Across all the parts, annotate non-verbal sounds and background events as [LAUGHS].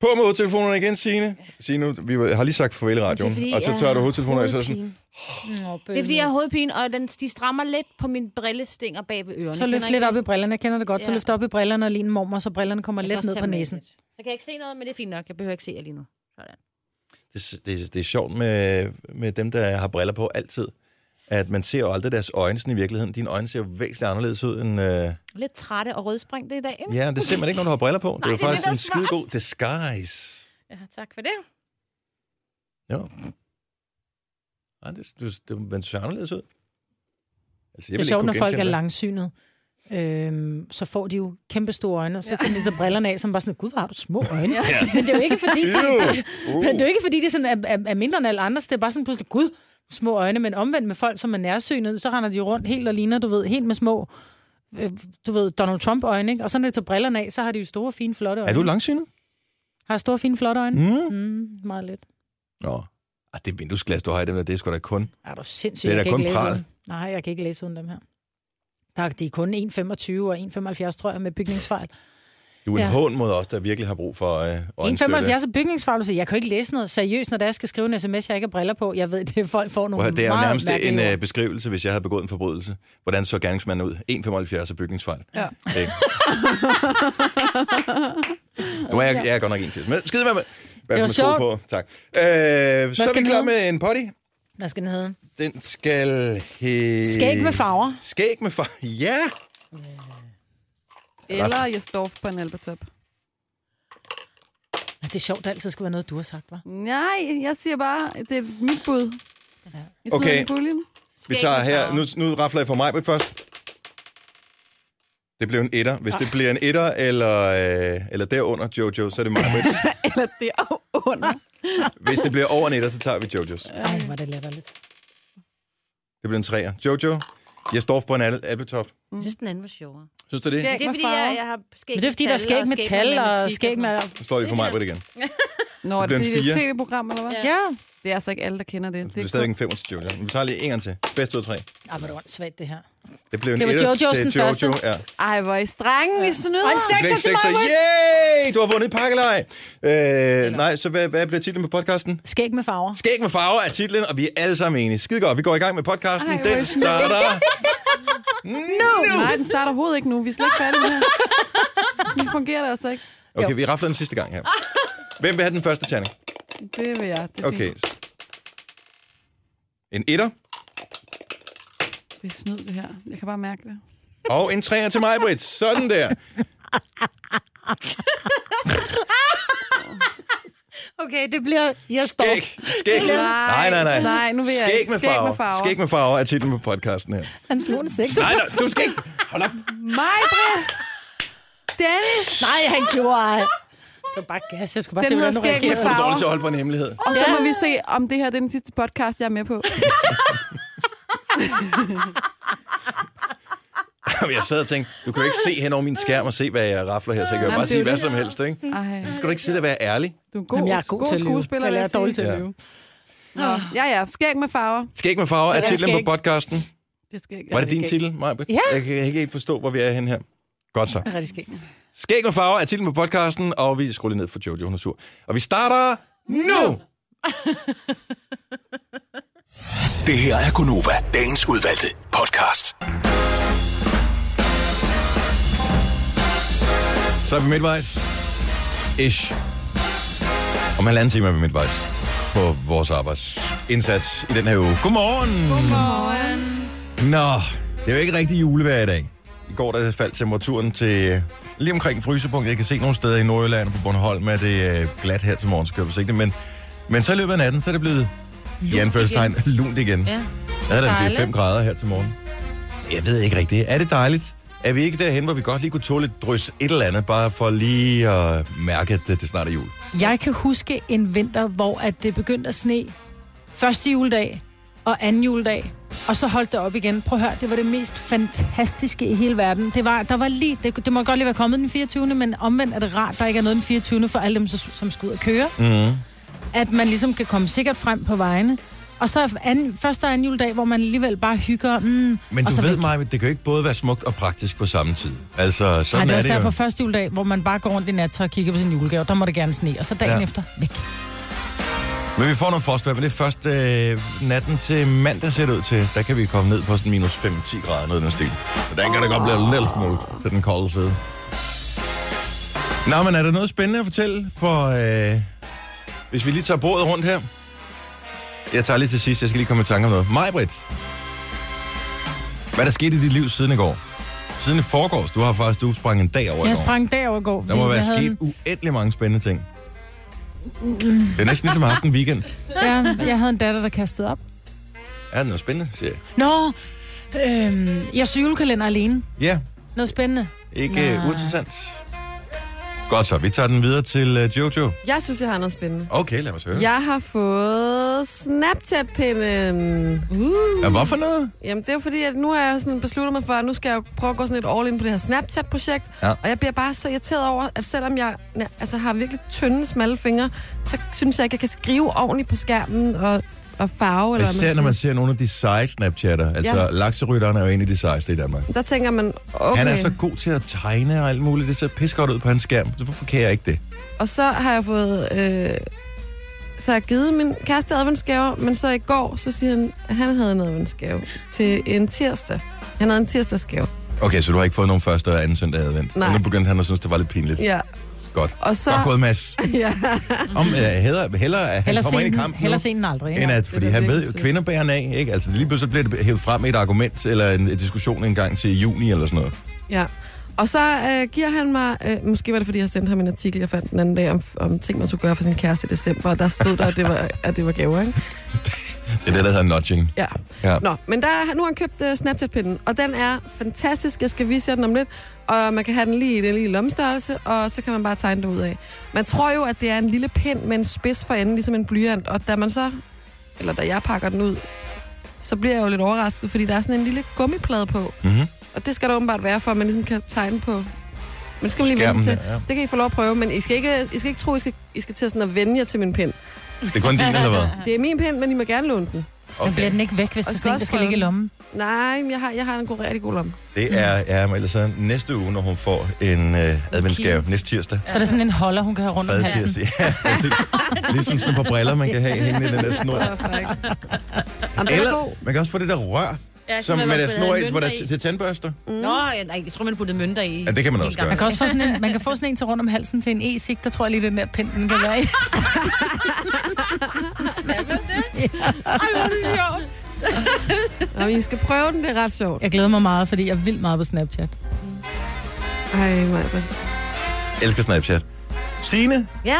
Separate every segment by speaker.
Speaker 1: På med hovedtelefonerne igen, Signe. Signe, nu- vi har lige sagt farvel i radioen.
Speaker 2: fordi,
Speaker 1: og så
Speaker 2: jeg
Speaker 1: tager du
Speaker 2: har
Speaker 1: hovedtelefonerne, og så er sådan,
Speaker 3: Nå,
Speaker 2: Det er, fordi jeg har hovedpine, og den, de strammer lidt på mine brillestinger bag ved ørerne.
Speaker 3: Så løft lidt op i brillerne. Jeg kender det godt. Ja. Så
Speaker 2: Ja.
Speaker 3: løft op i brillerne og lige en mormor, så brillerne kommer
Speaker 2: Jeg kan
Speaker 3: lidt
Speaker 2: også
Speaker 3: ned
Speaker 2: tage
Speaker 3: på
Speaker 2: dem af
Speaker 3: næsen.
Speaker 2: lidt. Så kan jeg ikke se noget, men det er fint nok. Jeg behøver ikke se jer lige nu. Sådan.
Speaker 1: det, det, det er sjovt med, med dem, der har briller på altid, at man ser jo aldrig deres øjne sådan i virkeligheden. Dine øjne ser jo væsentligt anderledes ud end... Øh...
Speaker 2: Lidt trætte og rødsprængte i dag. ikke?
Speaker 1: Ja, det ser man ikke, når du har briller på.
Speaker 2: Nej,
Speaker 1: det er jo
Speaker 2: det er
Speaker 1: faktisk en
Speaker 2: det, der er smart.
Speaker 1: skidegod disguise.
Speaker 2: [LAUGHS] Ja, tak for det.
Speaker 1: Jo. Nej, det, det, det, man ser anderledes ud. Altså,
Speaker 3: Det er sjovt, når folk er langsynede. Øhm, så får de jo kæmpe store øjne, og så tager de så brillerne af, som bare sådan, gud, hvor har du små øjne. ja. Men det er jo ikke, fordi de,
Speaker 1: Ew.
Speaker 3: men det er, jo ikke, fordi de sådan er, er, er mindre end alle andre. Det er bare sådan pludselig, gud, små øjne. Men omvendt med folk, som er nærsynede, så render de rundt helt og ligner, du ved, helt med små, øh, du ved, Donald Trump-øjne. Ikke? Og så når de tager brillerne af, så har de jo store, fine, flotte øjne.
Speaker 1: Er du langsynet?
Speaker 3: Har store, fine, flotte øjne?
Speaker 1: Mm.
Speaker 3: Mm, meget lidt.
Speaker 1: Nå. Ah, det vinduesglas, du har i dem der, det er sgu da kun.
Speaker 3: Er du sindssyg?
Speaker 1: Det er
Speaker 3: jeg
Speaker 1: da
Speaker 3: kan
Speaker 1: kun
Speaker 3: ikke læse
Speaker 1: pral.
Speaker 3: uden. Nej, jeg kan ikke læse uden dem her. Der er, de er kun 1,25 og 1,75, tror jeg, med bygningsfejl.
Speaker 1: Du er en
Speaker 3: Ja.
Speaker 1: hån mod os, der virkelig har brug for øh, øjenstøtte.
Speaker 3: 1,75 er bygningsfejl, du siger, jeg kan jo ikke læse noget seriøst, når det er, jeg skal skrive en sms, jeg ikke har briller på. Jeg ved, [LAUGHS] det er folk får nogle
Speaker 1: Prøv at høre, Det er jo
Speaker 3: meget
Speaker 1: nærmest en
Speaker 3: mærkelige
Speaker 1: øh, beskrivelse, hvis jeg havde begået en forbrydelse. Hvordan så gerningsmanden ud? 1,75 er bygningsfejl. Øh,
Speaker 4: Ja.
Speaker 1: Ikke?
Speaker 3: [LAUGHS]
Speaker 1: nu er jeg, jeg er godt nok 1,80. Men skide med mig. Hvad
Speaker 3: Det var
Speaker 1: for en sko
Speaker 3: sjovt.
Speaker 1: på? Tak. Øh, så er
Speaker 3: skal
Speaker 1: vi
Speaker 3: den
Speaker 1: klar
Speaker 3: hedde?
Speaker 1: med en potty.
Speaker 3: ord. Hvad skal den hedde?
Speaker 1: Den skal hedde...
Speaker 3: Skæg med farver.
Speaker 1: Skæg med farver. Ja!
Speaker 4: Eller jeg står på en albertop.
Speaker 3: Ja, Det er sjovt, det altid skal være noget, du har sagt, var.
Speaker 4: Nej, jeg siger bare, det er mit bud. Jeg smider
Speaker 1: Okay.
Speaker 4: den i puljen.
Speaker 1: Vi tager her... Nu, nu rafler jeg for mig, men først... Det blev en etter. Hvis
Speaker 3: Ah.
Speaker 1: det bliver en etter eller, øh, eller derunder, Jojo, så er det mig.
Speaker 3: [LAUGHS]
Speaker 4: Eller det er under.
Speaker 1: Hvis det bliver over en etter, så tager vi Jojos.
Speaker 3: Ej, hvor er det latterligt.
Speaker 1: Det bliver en træer. Jojo, jeg står på en al- appletop.
Speaker 2: Jeg synes, den anden var sjovere.
Speaker 1: Synes du det?
Speaker 4: Skæg
Speaker 2: Det er,
Speaker 4: med
Speaker 2: fordi
Speaker 4: farver.
Speaker 2: jeg, jeg har skæg
Speaker 3: Men det er, fordi der er skæg med tal og skæg med...
Speaker 1: Så står I for mig på det igen.
Speaker 4: Nå, er
Speaker 1: bliver
Speaker 4: det
Speaker 1: en
Speaker 4: fordi det er et
Speaker 1: fire.
Speaker 4: tv-program, eller hvad?
Speaker 2: Ja.
Speaker 4: ja. Det er altså ikke alle, der kender det.
Speaker 1: Det er
Speaker 4: kun-
Speaker 1: stadigvæk en femmer til Jojo. Men vi tager lige en gang til. Bedst ud af tre.
Speaker 3: Ej, hvor er det svært, det her.
Speaker 1: Det blev en
Speaker 3: Det var
Speaker 1: etter
Speaker 3: Jojos
Speaker 1: til
Speaker 3: den
Speaker 1: Jojo.
Speaker 3: første.
Speaker 1: Ja.
Speaker 4: Ej, hvor er I strenge, ja. I snyder.
Speaker 3: Og en
Speaker 1: Det blev
Speaker 3: sekser
Speaker 1: en
Speaker 3: til
Speaker 1: sekser.
Speaker 3: mig!
Speaker 1: Yay! Du har vundet et pakkelej. Øh, nej, så hvad, hvad bliver titlen på podcasten?
Speaker 3: Skæg med farver.
Speaker 1: Skæg med farver er titlen, og vi er alle sammen enige. Skide godt, vi går i gang med podcasten.
Speaker 4: Ej,
Speaker 1: Ej,
Speaker 4: hvor er
Speaker 1: Den
Speaker 4: det [LAUGHS]
Speaker 1: starter...
Speaker 4: Nu! [LAUGHS] Nej, den starter overhovedet ikke nu. Vi er slet ikke færdige med det her. Sådan fungerer det altså ikke.
Speaker 1: Okay, vi rafler den sidste gang her. Hvem vil have den første, Tjerning?
Speaker 4: Det vil jeg. Det er,
Speaker 1: Okay.
Speaker 4: fint.
Speaker 1: En etter
Speaker 4: det er snyd, det her. Jeg kan bare mærke det.
Speaker 1: og en træer til mig, Britt. Sådan der.
Speaker 3: Okay, det bliver... Jeg står.
Speaker 1: Skæg.
Speaker 3: [LAUGHS]
Speaker 1: Skæg. Nej, nej, nej.
Speaker 4: Nej, nu vil jeg
Speaker 1: Skæg
Speaker 4: ikke.
Speaker 1: med farver. Skæg med farver er titlen på podcasten her.
Speaker 3: Han slog en sekser.
Speaker 1: Nej, nej, du skal ikke. Hold op.
Speaker 4: Mig, Britt! Dennis!
Speaker 3: Nej, han gjorde ej. Det var bare gas. Jeg skulle bare
Speaker 4: Den
Speaker 3: se, hvordan
Speaker 4: hedder
Speaker 3: du
Speaker 4: skæg med
Speaker 3: reagerede.
Speaker 1: Det er
Speaker 4: farver.
Speaker 1: dårligt til at holde på en hemmelighed.
Speaker 4: Og så må vi se, om det her det er den sidste podcast, jeg er med på.
Speaker 1: Jamen, jeg sad og tænkte, du kan jo ikke se hen over min skærm og se, hvad jeg rafler her, så jeg kan jo
Speaker 4: Nej,
Speaker 1: bare
Speaker 4: det er
Speaker 1: sige
Speaker 4: jo
Speaker 1: hvad
Speaker 4: det.
Speaker 1: som helst, ikke?
Speaker 4: Ej,
Speaker 1: Så skal du ikke sidde og være ærlig.
Speaker 4: du er en god,
Speaker 3: Jamen, jeg er god, til at lyve.
Speaker 4: skuespiller,
Speaker 3: Eller
Speaker 4: vil
Speaker 3: jeg
Speaker 4: jeg
Speaker 3: er dårlig
Speaker 4: sige.
Speaker 3: til at
Speaker 1: Ja.
Speaker 3: lyve.
Speaker 4: Nå, ja, ja. Skæg med farver.
Speaker 1: Skæg med farver er
Speaker 3: Ja,
Speaker 1: titlen
Speaker 3: skægt.
Speaker 1: på podcasten.
Speaker 4: Det skal ikke.
Speaker 1: Var det
Speaker 4: Ja,
Speaker 1: din
Speaker 4: skal
Speaker 1: titel, Maja?
Speaker 3: Ja.
Speaker 1: Jeg kan ikke helt forstå, hvor vi er henne her. Godt så.
Speaker 3: Det er rigtig skæg.
Speaker 1: Skæg med farver er titlen på podcasten, og vi skruer lige ned for Jojo, hun er sur. Og vi starter nu!
Speaker 5: Det her er Gunova, dagens udvalgte podcast.
Speaker 1: Så er vi midtvejs. Ish. Om halvanden time er vi midtvejs på vores arbejdsindsats i den her uge. Godmorgen! Godmorgen! Nå, det er jo ikke rigtig julevejr i dag. I går der faldt temperaturen til øh, lige omkring frysepunktet. Jeg kan se nogle steder i Nordjylland og på Bornholm, at det er glat her til morgen, skal jeg forsigtigt. Men, men så i løbet af natten, så er det blevet i anførselstegn lunt igen.
Speaker 2: Ja.
Speaker 1: Jeg havde da
Speaker 2: Dejligt.
Speaker 1: 5 grader her til morgen. Jeg ved ikke rigtigt. Er det dejligt? Er vi ikke derhen, hvor vi godt lige kunne tåle et drys et eller andet, bare for lige at mærke, at det det snart er jul?
Speaker 3: Jeg kan huske en vinter, hvor at det begyndte at sne første juledag og anden juledag, og så holdt det op igen. Prøv at høre, det var det mest fantastiske i hele verden. Det, var, der var lige, det, det må godt lige være kommet den 24., men omvendt er det rart, der ikke er noget den
Speaker 1: Mhm.
Speaker 3: 24. for alle dem, som, som skal ud og køre. Mm. At man ligesom kan komme sikkert frem på vejene. Og
Speaker 6: Og så anden, første og anden juledag, hvor man alligevel bare hygger. Mm,
Speaker 1: Men
Speaker 6: og
Speaker 1: du
Speaker 6: så
Speaker 1: ved
Speaker 6: væk.
Speaker 1: mig, det kan jo ikke både være smukt og praktisk på samme tid. Altså,
Speaker 6: Nej,
Speaker 1: sådan
Speaker 6: det er
Speaker 1: er
Speaker 6: også
Speaker 1: det
Speaker 6: derfor
Speaker 1: jo.
Speaker 6: første juledag, hvor man bare går rundt i nattøj og kigger på sin julegave. Der må det gerne sne, og så dagen
Speaker 1: Ja.
Speaker 6: ja. efter, væk.
Speaker 1: Men vi får nogle frostvær, men det er først øh, natten til mandag ser det ud til. Der kan vi komme ned på sådan minus 5-10 grader, noget i den stil. Så der kan det godt blive en lille smule til den kolde side. Nå, men er der noget spændende at fortælle? For øh, hvis vi lige tager bordet rundt her. Jeg tager lige til sidst, jeg skal lige komme i tanke om noget. Majbrit. Hvad er der sket i dit liv siden i går? Siden i forgårs, du har faktisk, du sprang en dag over i
Speaker 6: Jeg
Speaker 1: går.
Speaker 6: sprang derover i går.
Speaker 1: Der
Speaker 6: fordi
Speaker 1: må være
Speaker 6: jeg havde
Speaker 1: sket
Speaker 6: en-
Speaker 1: uendelig mange spændende ting. Det er næsten ligesom at have haft en weekend.
Speaker 6: Ja, jeg havde en datter, der kastede op.
Speaker 1: Er det noget spændende, siger jeg.
Speaker 6: Nå, øhm, jeg syg julekalender alene.
Speaker 1: Ja,
Speaker 6: Noget spændende.
Speaker 1: ikke
Speaker 6: Nej.
Speaker 1: uh, uinteressant. Godt så, vi tager den videre til uh, Jojo.
Speaker 4: Jeg synes, jeg har noget spændende.
Speaker 1: Okay, lad os høre. Ja.
Speaker 4: Jeg har fået Snapchat-pinden.
Speaker 1: Ja, hvorfor noget?
Speaker 4: Jamen, det er jo fordi, at nu er jeg sådan besluttet mig for, at nu skal jeg jo prøve at gå sådan lidt all in på det her Snapchat-projekt.
Speaker 1: Ja.
Speaker 4: Og jeg bliver bare så irriteret over, at selvom jeg ja, altså, har virkelig tynde, smalle fingre, så synes jeg ikke, jeg kan skrive ordentligt på skærmen og, og farve. Eller hvad
Speaker 1: Især
Speaker 4: man
Speaker 1: når man
Speaker 4: siger.
Speaker 1: ser nogle af de seje Snapchatter. Altså, ja.
Speaker 4: Ja.
Speaker 1: lakserytteren er jo en af de sejeste i Danmark.
Speaker 4: Der tænker man, okay.
Speaker 1: Okay. Han er så god til at tegne og alt muligt. Det ser pis godt ud på hans skærm. Så Hvorfor kan jeg ikke det?
Speaker 4: Og så har jeg fået... Øh, så har jeg givet min kæreste adventsgaver, men så i går, så siger han, at han havde en adventsgave til en tirsdag. Han havde en tirsdagsgave.
Speaker 1: Okay, så du har ikke fået nogen første og anden søndag i advent.
Speaker 4: Nej.
Speaker 1: Og nu begyndte han at synes, det var lidt pinligt. Ja.
Speaker 4: Ja,
Speaker 1: Godt.
Speaker 4: og så...
Speaker 1: Så... Godt gået, Mads.
Speaker 4: Ja.
Speaker 1: Om, uh, hellere, hellere, at han
Speaker 6: Heller
Speaker 1: kommer ind i
Speaker 6: sent,
Speaker 1: kampen
Speaker 6: heller
Speaker 1: nu.
Speaker 6: sent end aldrig.
Speaker 1: End
Speaker 6: Ikke?
Speaker 1: at,
Speaker 4: det
Speaker 1: fordi
Speaker 4: er
Speaker 1: han
Speaker 4: virkelig
Speaker 1: ved, at
Speaker 4: sødt.
Speaker 1: kvinder bærer den af, ikke? Altså, lige pludselig bliver det hævet frem i et argument, eller en, en diskussion en gang til juni, eller sådan noget.
Speaker 4: Ja. Og så øh, giver han mig, øh, måske var det fordi, jeg sendte ham en artikel, jeg fandt den anden dag, om, om ting, man skulle gøre for sin kæreste i december, og der stod der, at det var, at det var gaver, ikke?
Speaker 1: Det er det, der hedder nudging.
Speaker 4: Ja.
Speaker 1: Ja.
Speaker 4: Nå, men der, nu har han købt øh, Snapchat-pinden, og den er fantastisk, jeg skal vise jer den om lidt, og man kan have den lige i den lille lommestørrelse, og så kan man bare tegne det ud af. Man tror jo, at det er en lille pind med en spids for enden, ligesom en blyant, og da man så, eller da jeg pakker den ud, så bliver jeg jo lidt overrasket, fordi der er sådan en lille gummiplade på,
Speaker 1: Mm-hmm.
Speaker 4: og det skal der åbenbart være for, at man ligesom kan tegne på. Men det skal man lige
Speaker 1: Skærmen,
Speaker 4: vente til.
Speaker 1: der, ja.
Speaker 4: Det kan I få lov at prøve, men I skal ikke, I skal ikke tro, I skal, I skal til sådan at vende jer til min pind.
Speaker 1: Det er kun din, eller hvad?
Speaker 4: Det er min pind, men I må gerne låne den.
Speaker 6: Okay. bliver
Speaker 1: Okay.
Speaker 6: den ikke væk, hvis
Speaker 4: Og
Speaker 6: det er
Speaker 4: skal
Speaker 6: sådan en,
Speaker 4: også
Speaker 6: der skal
Speaker 4: prøve.
Speaker 6: ligge i lommen.
Speaker 4: Nej, men jeg har, jeg har en god, rigtig god lomme.
Speaker 1: Det er,
Speaker 2: Mm.
Speaker 1: ja, men ellers så næste uge, når hun får en øh, adventsgave. Næste tirsdag.
Speaker 6: Så er der sådan en holder, hun kan have rundt om
Speaker 1: Tredje
Speaker 6: halsen.
Speaker 1: tirsdag. [LAUGHS] Ja, præcis. ligesom sådan et par briller, man kan
Speaker 2: [LAUGHS]
Speaker 1: have hængende i den der snor.
Speaker 4: Perfekt. Jamen, den er god.
Speaker 1: Eller man kan også få det der rør,
Speaker 2: Ja,
Speaker 1: som
Speaker 2: man
Speaker 1: man der
Speaker 2: har
Speaker 1: snor
Speaker 2: puttet
Speaker 1: i, hvor der
Speaker 2: mønter
Speaker 1: er til tandbørster.
Speaker 2: Mm. Nå, jeg, nej, jeg tror, man puttede mønter i.
Speaker 1: Ja, det kan man
Speaker 2: Helt
Speaker 1: også
Speaker 2: gammel.
Speaker 1: gøre.
Speaker 6: Man kan, også få sådan en, man kan få sådan en til rundt om halsen til en e-sig. Der tror jeg lige, den der pind, den kan være
Speaker 2: [LAUGHS]
Speaker 6: i.
Speaker 2: Ej, hvor er det sjovt.
Speaker 4: Nå, men I skal prøve den, det er ret sjovt.
Speaker 6: Jeg glæder mig meget, fordi jeg er vildt meget på Snapchat.
Speaker 4: Ej, mig.
Speaker 1: Elsker Snapchat. Signe,
Speaker 2: Ja,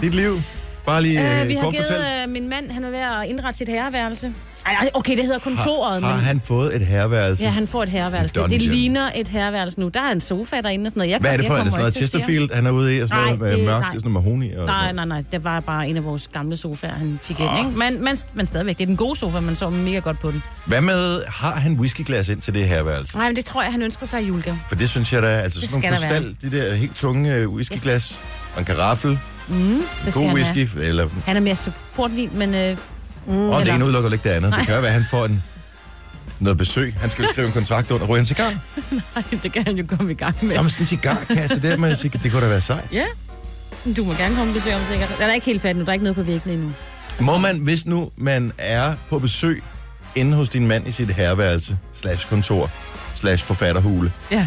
Speaker 1: dit liv. Bare lige øh,
Speaker 2: øh, vi har
Speaker 1: kort
Speaker 2: givet
Speaker 1: fortæl.
Speaker 2: øh, min mand, han er ved at indrette sit herreværelse. Ej, ej, okay, det hedder kontoret,
Speaker 1: Har
Speaker 2: men...
Speaker 1: han fået et herværelse?
Speaker 2: Ja, han får et herreværelse.
Speaker 1: En
Speaker 2: Det, det
Speaker 1: dungeon.
Speaker 2: ligner et herreværelse nu. Der er en sofa derinde og sådan noget. Jeg
Speaker 1: Hvad er
Speaker 2: kom-
Speaker 1: det for?
Speaker 2: jeg
Speaker 1: Er det
Speaker 2: kommer
Speaker 1: sådan noget
Speaker 2: ikke til at sige-
Speaker 1: Chesterfield, han er ude i, og sådan
Speaker 2: Nej,
Speaker 1: noget med
Speaker 2: det-
Speaker 1: mørkt,
Speaker 2: nej.
Speaker 1: det er sådan noget mahoni? Og
Speaker 2: Nej, nej, nej. Det var bare en af vores gamle sofaer, han fik ind. Ikke? Men, men, men stadigvæk, det er den gode sofa, man så mega godt på den.
Speaker 1: Hvad med, har han whiskyglas ind til det herværelse?
Speaker 2: Nej, men det tror jeg, han ønsker sig i julegave. Mm,
Speaker 1: For det synes jeg da, altså
Speaker 2: Det
Speaker 1: sådan nogle
Speaker 2: skal der være.
Speaker 1: krystal, de der helt tunge øh, whiskyglas, og en karaffel,
Speaker 2: Det skal
Speaker 1: god
Speaker 2: han
Speaker 1: whisky,
Speaker 2: Have.
Speaker 1: eller...
Speaker 2: Han er mere til portvin, men øh,
Speaker 1: Mm, og det
Speaker 2: eller-
Speaker 1: ene udelukker ikke det andet. Det kan jo være, han får en, noget besøg. Han skal jo skrive en kontrakt under. Ryger en cigar?
Speaker 2: nej, [LAUGHS] det kan han jo komme i gang med.
Speaker 1: Jamen sådan en cigarkasse der med cigar, det kunne da være sejt.
Speaker 2: Ja. Du må gerne komme og besøge om sikkert. Den er ikke helt færdig nu. Der er ikke noget på væggene endnu.
Speaker 1: Må man, hvis nu man er på besøg inde hos din mand i sit herværelse, slash kontor, slash forfatterhule,
Speaker 2: Ja.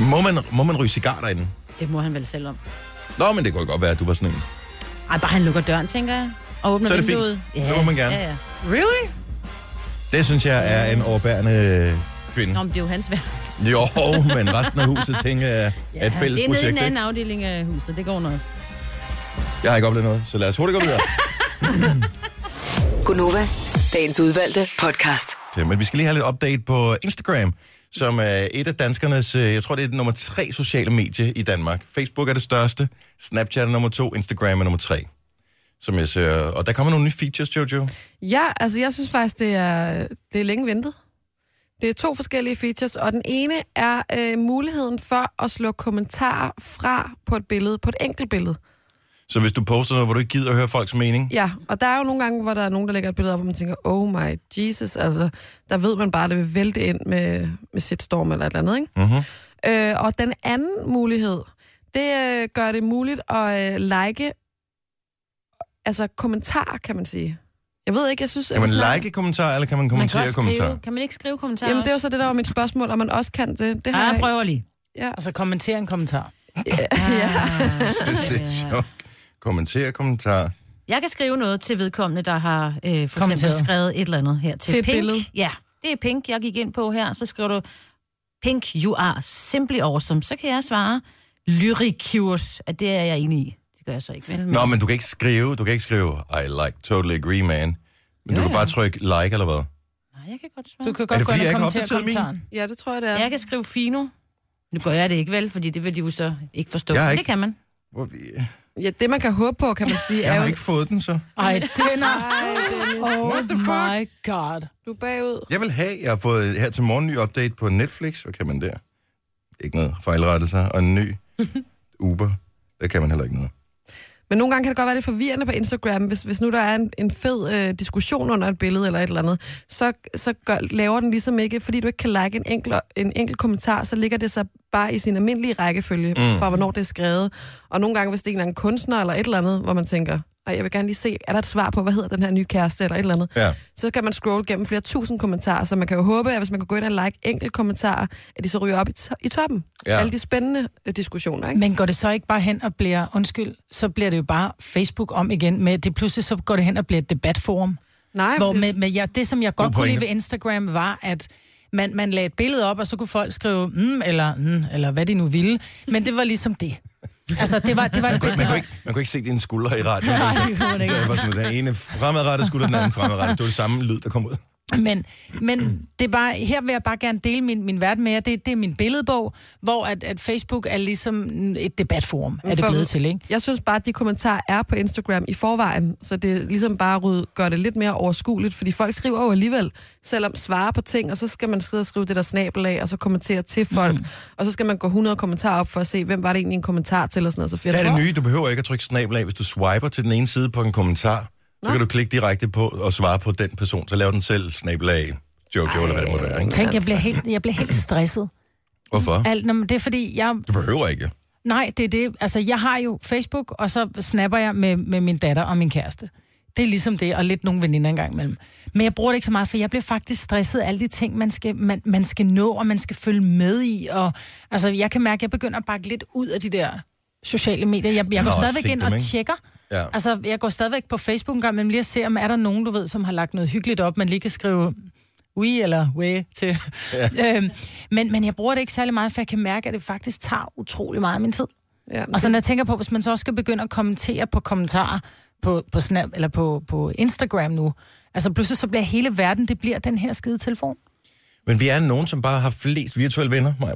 Speaker 1: må man, må man ryge cigar derinde?
Speaker 2: Det må han vel selv om.
Speaker 1: Nå, men det kunne godt være, at du var sådan en.
Speaker 2: Ej, bare han lukker døren, tænker jeg. Og åbner
Speaker 1: Så er det
Speaker 2: vinduet.
Speaker 1: fint. Det må man gerne.
Speaker 2: Ja, ja. Really?
Speaker 1: Det synes jeg er en overbærende kvinde.
Speaker 2: Nå, men det er jo hans [LAUGHS] værelse.
Speaker 1: Jo, men resten af huset tænker jeg er et fælles
Speaker 2: det er nede i
Speaker 1: projekt.
Speaker 2: en anden
Speaker 1: ikke?
Speaker 2: afdeling af huset. Det går nok.
Speaker 1: Jeg har ikke oplevet noget, så lad os hurtigt gå videre.
Speaker 7: Gunova, dagens udvalgte podcast.
Speaker 1: Ja, Øh, Men vi skal lige have lidt update på Instagram, som er et af danskernes, øh, jeg tror det er det nummer tre sociale medie i Danmark. Facebook er det største, Snapchat er nummer to, Instagram er nummer tre. Som jeg ser. Og der kommer nogle nye features, Jojo.
Speaker 4: Ja, altså jeg synes faktisk, det er, det er længe ventet. Det er to forskellige features, og den ene er øh, muligheden for at slå kommentarer fra på et billede, på et enkelt billede.
Speaker 1: Så hvis du poster noget, hvor du ikke gider at høre folks mening,
Speaker 4: Ja, og der er jo nogle gange, hvor der er nogen, der lægger et billede op, og man tænker, oh my Jesus, altså, der ved man bare, at det vil vælte ind med, med shitstorm eller et eller andet, ikke?
Speaker 1: Mhm.
Speaker 4: Mm-hmm. Øh, og den anden mulighed, det øh, gør det muligt at øh, like, altså kommentarer, kan man sige. Jeg ved ikke, jeg synes... at
Speaker 1: kan man
Speaker 4: vi snakker-
Speaker 1: like kommentarer, eller kan man
Speaker 2: Man kan,
Speaker 1: kommentere
Speaker 2: også
Speaker 1: kommentarer?
Speaker 2: skrive, kan man ikke skrive kommentarer
Speaker 4: Jamen, det er jo
Speaker 2: også?
Speaker 4: så det, der var mit spørgsmål, om man også kan det. det
Speaker 2: Ah,
Speaker 4: har
Speaker 2: jeg
Speaker 4: jeg
Speaker 2: prøver lige.
Speaker 4: Ja.
Speaker 3: Altså kommentere en kommentar.
Speaker 1: Synes, [LAUGHS]
Speaker 3: [LAUGHS]
Speaker 1: det er sjovt. Kommentere kommentarer.
Speaker 2: Jeg kan skrive noget til vedkommende, der har øh, for eksempel
Speaker 3: Kommenteret.
Speaker 2: skrevet et eller andet her til,
Speaker 4: Til et
Speaker 2: Pink.
Speaker 4: billede.
Speaker 2: Ja, det er Pink, jeg gik ind på her. Så skriver du, Pink, you are simply awesome. Så kan jeg svare, lyricus, at det er jeg enig i. Det gør jeg så ikke, vel?
Speaker 1: Nå, men du kan ikke skrive, du kan ikke skrive, I like, totally agree, man. Men du kan bare trykke like, eller hvad?
Speaker 2: Nej, jeg kan godt svare.
Speaker 3: Du kan
Speaker 1: Er
Speaker 3: godt
Speaker 1: det,
Speaker 3: gå
Speaker 1: fordi
Speaker 3: ind og
Speaker 1: jeg ikke har
Speaker 3: kommentere
Speaker 1: opdateret min?
Speaker 3: kommentaren.
Speaker 4: Ja, det tror jeg, det er.
Speaker 2: Jeg kan skrive fino. Nu gør jeg det ikke, vel? Fordi det vil de jo så ikke forstå.
Speaker 1: Jeg har
Speaker 2: Men
Speaker 1: ikke-
Speaker 2: Det kan man.
Speaker 1: Hvor vi-
Speaker 4: Ja, det, man kan håbe på, kan man sige,
Speaker 1: [LAUGHS] Jeg
Speaker 4: er
Speaker 1: har
Speaker 4: jo...
Speaker 1: ikke fået den, så.
Speaker 3: Ej,
Speaker 4: [LAUGHS]
Speaker 3: den er...
Speaker 4: Ej, Dennis,
Speaker 3: Oh
Speaker 1: What the fuck?
Speaker 3: my god.
Speaker 4: du er bagud.
Speaker 1: Jeg vil have, jeg har fået her til morgen en ny update på Netflix. Hvad kan man der? Ikke noget fejlrettelser. Og en ny Uber. Der kan man heller ikke noget.
Speaker 4: Men nogle gange kan det godt være lidt forvirrende på Instagram, hvis, hvis nu der er en, en fed øh, diskussion under et billede eller et eller andet, så, så gør, laver den ligesom ikke, fordi du ikke kan like en enkelt, en enkelt kommentar, så ligger det så bare i sin almindelige rækkefølge mm. fra, hvornår det er skrevet. Og nogle gange, hvis det er en eller anden kunstner eller et eller andet, hvor man tænker, Ej, jeg vil gerne lige se, er der et svar på, hvad hedder den her nye kæreste eller et eller andet,
Speaker 1: Ja.
Speaker 4: så kan man scrolle gennem flere tusind kommentarer, så man kan jo håbe, at hvis man kan gå ind og like enkelt kommentarer, at de så ryger op i, to- i toppen.
Speaker 1: Ja.
Speaker 4: Ja. Alle de spændende øh, diskussioner, ikke?
Speaker 3: Men går det så ikke bare hen og bliver, undskyld, så bliver det jo bare Facebook om igen med, det pludselig så går det hen og bliver et debatforum.
Speaker 4: Nej,
Speaker 3: Hvor
Speaker 4: men
Speaker 3: med,
Speaker 4: det,
Speaker 3: med ja, det, som jeg godt
Speaker 1: God
Speaker 3: kunne lide
Speaker 1: pointe.
Speaker 3: ved Instagram, var, at man, man lagde et billede op, og så kunne folk skrive, mm, eller, mm, eller hvad de nu ville. Men det var ligesom det. Altså, det var, det var et
Speaker 1: Man kunne
Speaker 3: billede.
Speaker 1: ikke, man kunne ikke se dine skuldre i radioen. Så det var sådan, den ene fremadrettet skulder, den anden fremadrettet. Det var det samme lyd, der kom ud.
Speaker 3: Men, men det er bare, her vil jeg bare gerne dele min, min verden med jer. Det, det er min billedbog, hvor at, at Facebook er ligesom et debatforum, er det
Speaker 4: For-
Speaker 3: blevet til, ikke?
Speaker 4: Jeg synes bare, at de kommentarer er på Instagram i forvejen, så det er ligesom bare rydde, gør det lidt mere overskueligt, fordi folk skriver jo alligevel, selvom svarer på ting, og så skal man sidde og skrive det der snabel af, og så kommentere til folk,
Speaker 1: Mhm.
Speaker 4: mm. og så skal man gå 100 kommentarer op for at se, hvem var det egentlig en kommentar til, og sådan noget. Så jeg
Speaker 1: Der er det
Speaker 4: tror-
Speaker 1: nye. Du behøver ikke at trykke snabel af, hvis du swiper til den ene side på en kommentar. Så kan du klikke direkte på og svare på den person. Så laver den selv snabel af Jojo, eller hvad det må være. Ikke?
Speaker 3: Tænk, jeg bliver helt, jeg bliver helt stresset.
Speaker 1: Hvorfor?
Speaker 3: Alt, når, det er fordi, jeg,
Speaker 1: Du behøver ikke.
Speaker 3: Nej, det er det. Altså, jeg har jo Facebook, og så snapper jeg med, med min datter og min kæreste. Det er ligesom det, og lidt nogle veninder engang imellem. Men jeg bruger det ikke så meget, for jeg bliver faktisk stresset af alle de ting, man skal, man, man skal nå, og man skal følge med i. Og, altså, jeg kan mærke, at jeg begynder at bakke lidt ud af de der sociale medier. Jeg, jeg går
Speaker 1: Nå, se
Speaker 3: stadigvæk ind
Speaker 1: dem,
Speaker 3: og
Speaker 1: ikke?
Speaker 3: tjekker.
Speaker 1: Ja.
Speaker 3: Altså, jeg går stadigvæk på Facebook en gang, men lige at se, om er der nogen, du ved, som har lagt noget hyggeligt op, man lige kan skrive we eller way til. Ja. [LAUGHS] øhm, men, men jeg bruger det ikke særlig meget, for jeg kan mærke, at det faktisk tager utrolig meget af min tid.
Speaker 4: Ja,
Speaker 3: Og så når jeg tænker på, hvis man så også skal begynde at kommentere på kommentarer på, på, Snap, eller på, på Instagram nu, altså pludselig så bliver hele verden, det bliver den her skide telefon.
Speaker 1: Men vi er nogen, som bare har flest virtuelle venner, Maja.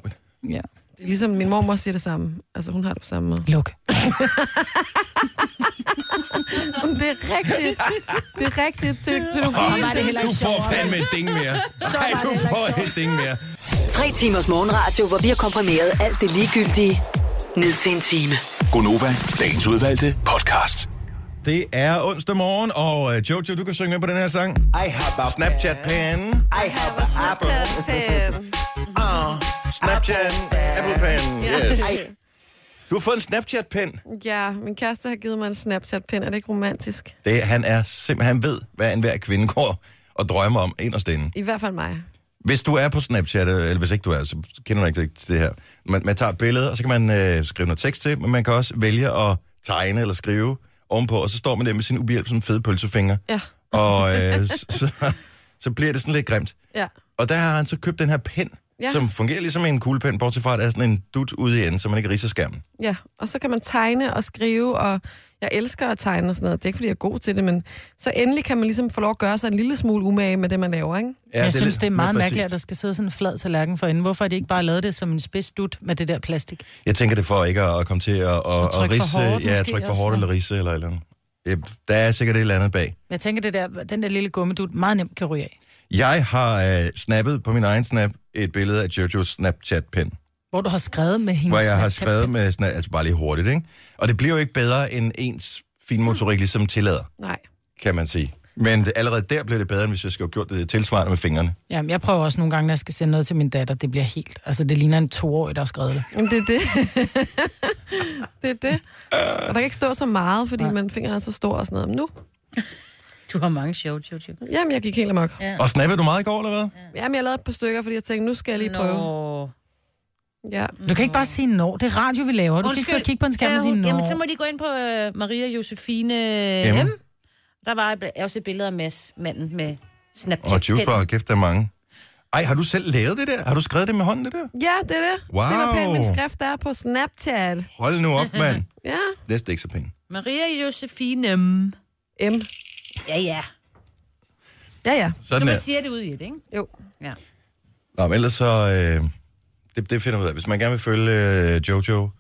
Speaker 3: Ja.
Speaker 4: det er ligesom min mormor siger det samme. Altså, hun har det på samme måde.
Speaker 3: Luk.
Speaker 4: Jamen, det er rigtigt. Det er rigtigt.
Speaker 3: Så
Speaker 4: Teknologi.
Speaker 3: var det heller
Speaker 1: Du
Speaker 3: ikke
Speaker 1: får
Speaker 3: sjovere.
Speaker 1: fandme et ding mere. Nej,
Speaker 3: var det
Speaker 1: du
Speaker 3: heller
Speaker 1: får
Speaker 3: ikke
Speaker 1: et ding mere.
Speaker 7: Tre timers morgenradio, hvor vi har komprimeret alt det ligegyldige ned til en time.
Speaker 5: Gonova, dagens udvalgte podcast.
Speaker 1: Det er onsdag morgen, og øh, Jojo, du kan synge med på den her sang.
Speaker 8: I have a
Speaker 1: Snapchat-panen.
Speaker 8: I have an apple. [LAUGHS] Ah,
Speaker 1: Snapchat. Apple-panen. Yes. Du har fået en Snapchat-pen.
Speaker 4: Ja, min kæreste har givet mig en Snapchat-pind. Er det ikke romantisk?
Speaker 1: Det, han er simpelthen han ved, hvad enhver kvinde går og drømmer om inderst inde.
Speaker 4: I hvert fald mig.
Speaker 1: Hvis du er på Snapchat, øh, eller hvis ikke du er, så kender du ikke det det her. Man, man tager et billede, og så kan man øh, skrive noget tekst til, men man kan også vælge at tegne eller skrive ovenpå, og så står man der med sin ubehjælpsomme fede pølsefinger.
Speaker 4: Ja.
Speaker 1: Og
Speaker 3: [LAUGHS]
Speaker 1: øh, så, så, så bliver det sådan lidt grimt.
Speaker 4: Ja.
Speaker 1: Og der har han så købt den her pen, ja.
Speaker 4: Ja.
Speaker 1: som fungerer ligesom en kuglepen, bortset fra, at der er sådan en dut ude i enden, så man ikke riser skærmen.
Speaker 4: Ja, og så kan man tegne og skrive, og jeg elsker at tegne og sådan noget. Det er ikke, fordi jeg er god til det, men så endelig kan man ligesom få lov at gøre sig en lille smule umage med det, man laver, ikke?
Speaker 1: Ja,
Speaker 3: Ja, jeg det synes,
Speaker 1: lidt
Speaker 3: det er meget
Speaker 1: mere
Speaker 3: mærkeligt, at
Speaker 1: præcist.
Speaker 3: der skal sidde sådan en flad tallerken for enden. Hvorfor har de ikke bare lavet det som en spidsdut med det der plastik?
Speaker 1: Jeg tænker, det er for ikke at at komme til at, at, at
Speaker 3: trykke for
Speaker 1: rise.
Speaker 3: hårdt
Speaker 1: ja,
Speaker 3: måske
Speaker 1: trykke for
Speaker 3: også,
Speaker 1: hårdt
Speaker 3: ja.
Speaker 1: eller rise eller et eller andet. Det- Der er sikkert et eller andet bag.
Speaker 3: Jeg tænker, det der, den der lille gummidut meget nemt kan ryge af.
Speaker 1: Jeg har øh, snappet på min egen snap et billede af Jojo's Snapchat-pen.
Speaker 3: hvor du har skrevet med hendes
Speaker 1: hvor jeg har
Speaker 3: Snapchat.
Speaker 1: skrevet med, sådan, altså bare lige hurtigt, ikke? Og det bliver jo ikke bedre end ens finmotorik ligesom tillader,
Speaker 4: Nej.
Speaker 1: kan man sige. Men det, allerede der bliver det bedre, end hvis jeg skulle have gjort det tilsvarende med fingrene.
Speaker 3: Jamen, jeg prøver også nogle gange, når jeg skal sende noget til min datter. Det bliver helt... Altså, det ligner en toårig, der har skrevet det.
Speaker 4: Jamen, det [LAUGHS] er det. det er det. Og der kan ikke stå så meget, fordi man fingeren er så stor og sådan noget. Men nu,
Speaker 2: Du har mange sjove, sjove, sjove.
Speaker 4: jamen, jeg gik helt amok.
Speaker 1: Ja. Og snappede du meget i går, eller hvad?
Speaker 4: Jamen, jeg lavede et par stykker, fordi jeg tænkte, nu skal jeg lige prøve.
Speaker 2: Nå.
Speaker 4: Ja.
Speaker 3: Du kan ikke bare sige når. Det er radio, vi laver. Du Undskyld. kan ikke sidde og kigge på en skærm og sige
Speaker 2: Øh,
Speaker 3: når.
Speaker 2: Jamen, så må de gå ind på øh, Maria Josefine
Speaker 1: M.
Speaker 2: M. Der var et- også et billede af Mads, manden med Snapchat.
Speaker 1: Og juice bar, kæft, der er mange. Ej, har du selv lavet det der? Har du skrevet det med hånden, det der?
Speaker 4: ja, det er det.
Speaker 1: Wow.
Speaker 4: Se, hvor pænt min skrift er på Snapchat.
Speaker 1: Hold nu
Speaker 2: [LAUGHS]
Speaker 1: op, mand.
Speaker 4: Ja.
Speaker 1: Det er slet ikke så pænt.
Speaker 2: Maria Josefine M.
Speaker 4: M.
Speaker 2: Ja, ja.
Speaker 4: Ja, ja.
Speaker 2: Så
Speaker 1: Sådan
Speaker 2: man
Speaker 1: er.
Speaker 2: siger det ud i det, ikke?
Speaker 4: Jo.
Speaker 2: Ja.
Speaker 1: Nå, men ellers så... Øh, det, det finder vi ud af. Hvis man gerne vil følge øh, Jojo...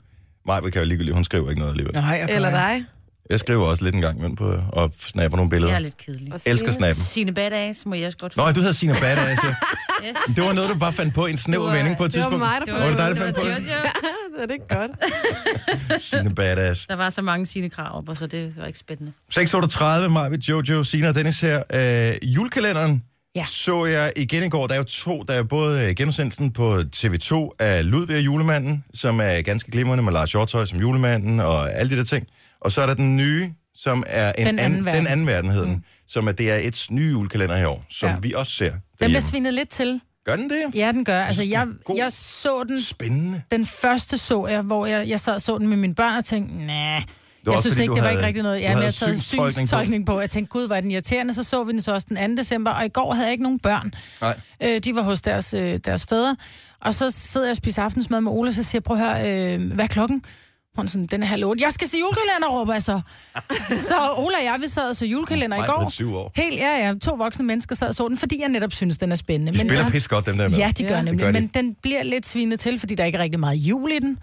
Speaker 1: Nej, vi kan jo ligegyldigt. Hun skriver ikke noget alligevel.
Speaker 3: Nej, jeg
Speaker 4: Eller dig.
Speaker 1: Jeg skriver også lidt en gang imellem på, og snapper nogle billeder.
Speaker 2: Jeg er lidt kedelig.
Speaker 4: Og
Speaker 1: Elsker
Speaker 4: Signe.
Speaker 1: snappen.
Speaker 2: Sine badass må jeg også godt
Speaker 1: Nå, du hedder Signe Badass, ja.
Speaker 2: [LAUGHS] Yes.
Speaker 1: Det var noget, du bare fandt på i en snæv
Speaker 4: Det var-
Speaker 1: vending på et
Speaker 4: det var
Speaker 1: tidspunkt.
Speaker 4: mig, der fandt
Speaker 1: var det dig,
Speaker 4: på det.
Speaker 1: der fandt på
Speaker 2: Det var
Speaker 1: det.
Speaker 2: Jojo.
Speaker 4: er det ikke
Speaker 1: [LAUGHS]
Speaker 4: godt?
Speaker 1: Signe Badass.
Speaker 2: Der var så mange sine krav op, så det var ikke spændende.
Speaker 1: 6.38, mig ved Jojo, Signe og Dennis her. Øh, julekalenderen ja. så jeg igen i går. Der er jo to. Der er både øh, genudsendelsen på TV2 af Ludvig og julemanden, som er ganske glimrende med Lars Hjortøj som julemanden og alle de der ting. Og så er der den nye, som er en
Speaker 3: Den anden verden.
Speaker 1: den anden verden hedder mm. som er DR1's nye julekalender her år, som ja.
Speaker 3: Ja.
Speaker 1: vi også ser
Speaker 3: Den
Speaker 1: derhjemme.
Speaker 3: bliver svinet lidt til.
Speaker 1: Gør den det?
Speaker 3: Ja, den gør. Altså,
Speaker 1: synes, den er
Speaker 3: jeg,
Speaker 1: god.
Speaker 3: jeg så den...
Speaker 1: Spændende.
Speaker 3: Den første så jeg, hvor jeg, jeg sad og så den med mine børn og tænkte, nej,
Speaker 1: var
Speaker 3: jeg
Speaker 1: også
Speaker 3: synes
Speaker 1: fordi,
Speaker 3: ikke,
Speaker 1: du
Speaker 3: det var
Speaker 1: havde-
Speaker 3: ikke rigtig noget.
Speaker 1: du
Speaker 3: Ja, men
Speaker 1: havde
Speaker 3: jeg taget
Speaker 1: synstolkning på.
Speaker 3: synstolkning på. på. Jeg tænkte, gud, var den irriterende. Så så vi den så også den 2. december, og i går havde jeg ikke nogen børn.
Speaker 1: Nej.
Speaker 3: Øh, de var hos deres, øh, deres fædre. Og så sidder jeg og spiser aftensmad med Ole, og så siger jeg, prøv at høre, øh, hvad er klokken? Hun er sådan, den er halv otte. Jeg skal se julekalender, råber jeg
Speaker 1: [LAUGHS]
Speaker 3: så. så Ole og jeg, vi sad og så julekalender i
Speaker 1: Mig på
Speaker 3: går.
Speaker 1: syv år.
Speaker 3: Helt, ja, ja. To voksne mennesker sad og så den, fordi jeg netop synes, den er spændende.
Speaker 1: De spiller
Speaker 3: ja,
Speaker 1: pis godt, dem der med.
Speaker 3: Ja, de gør
Speaker 4: Ja.
Speaker 3: nemlig.
Speaker 1: Det gør de.
Speaker 3: Men den bliver lidt svinet til, fordi der ikke er rigtig meget jul i den.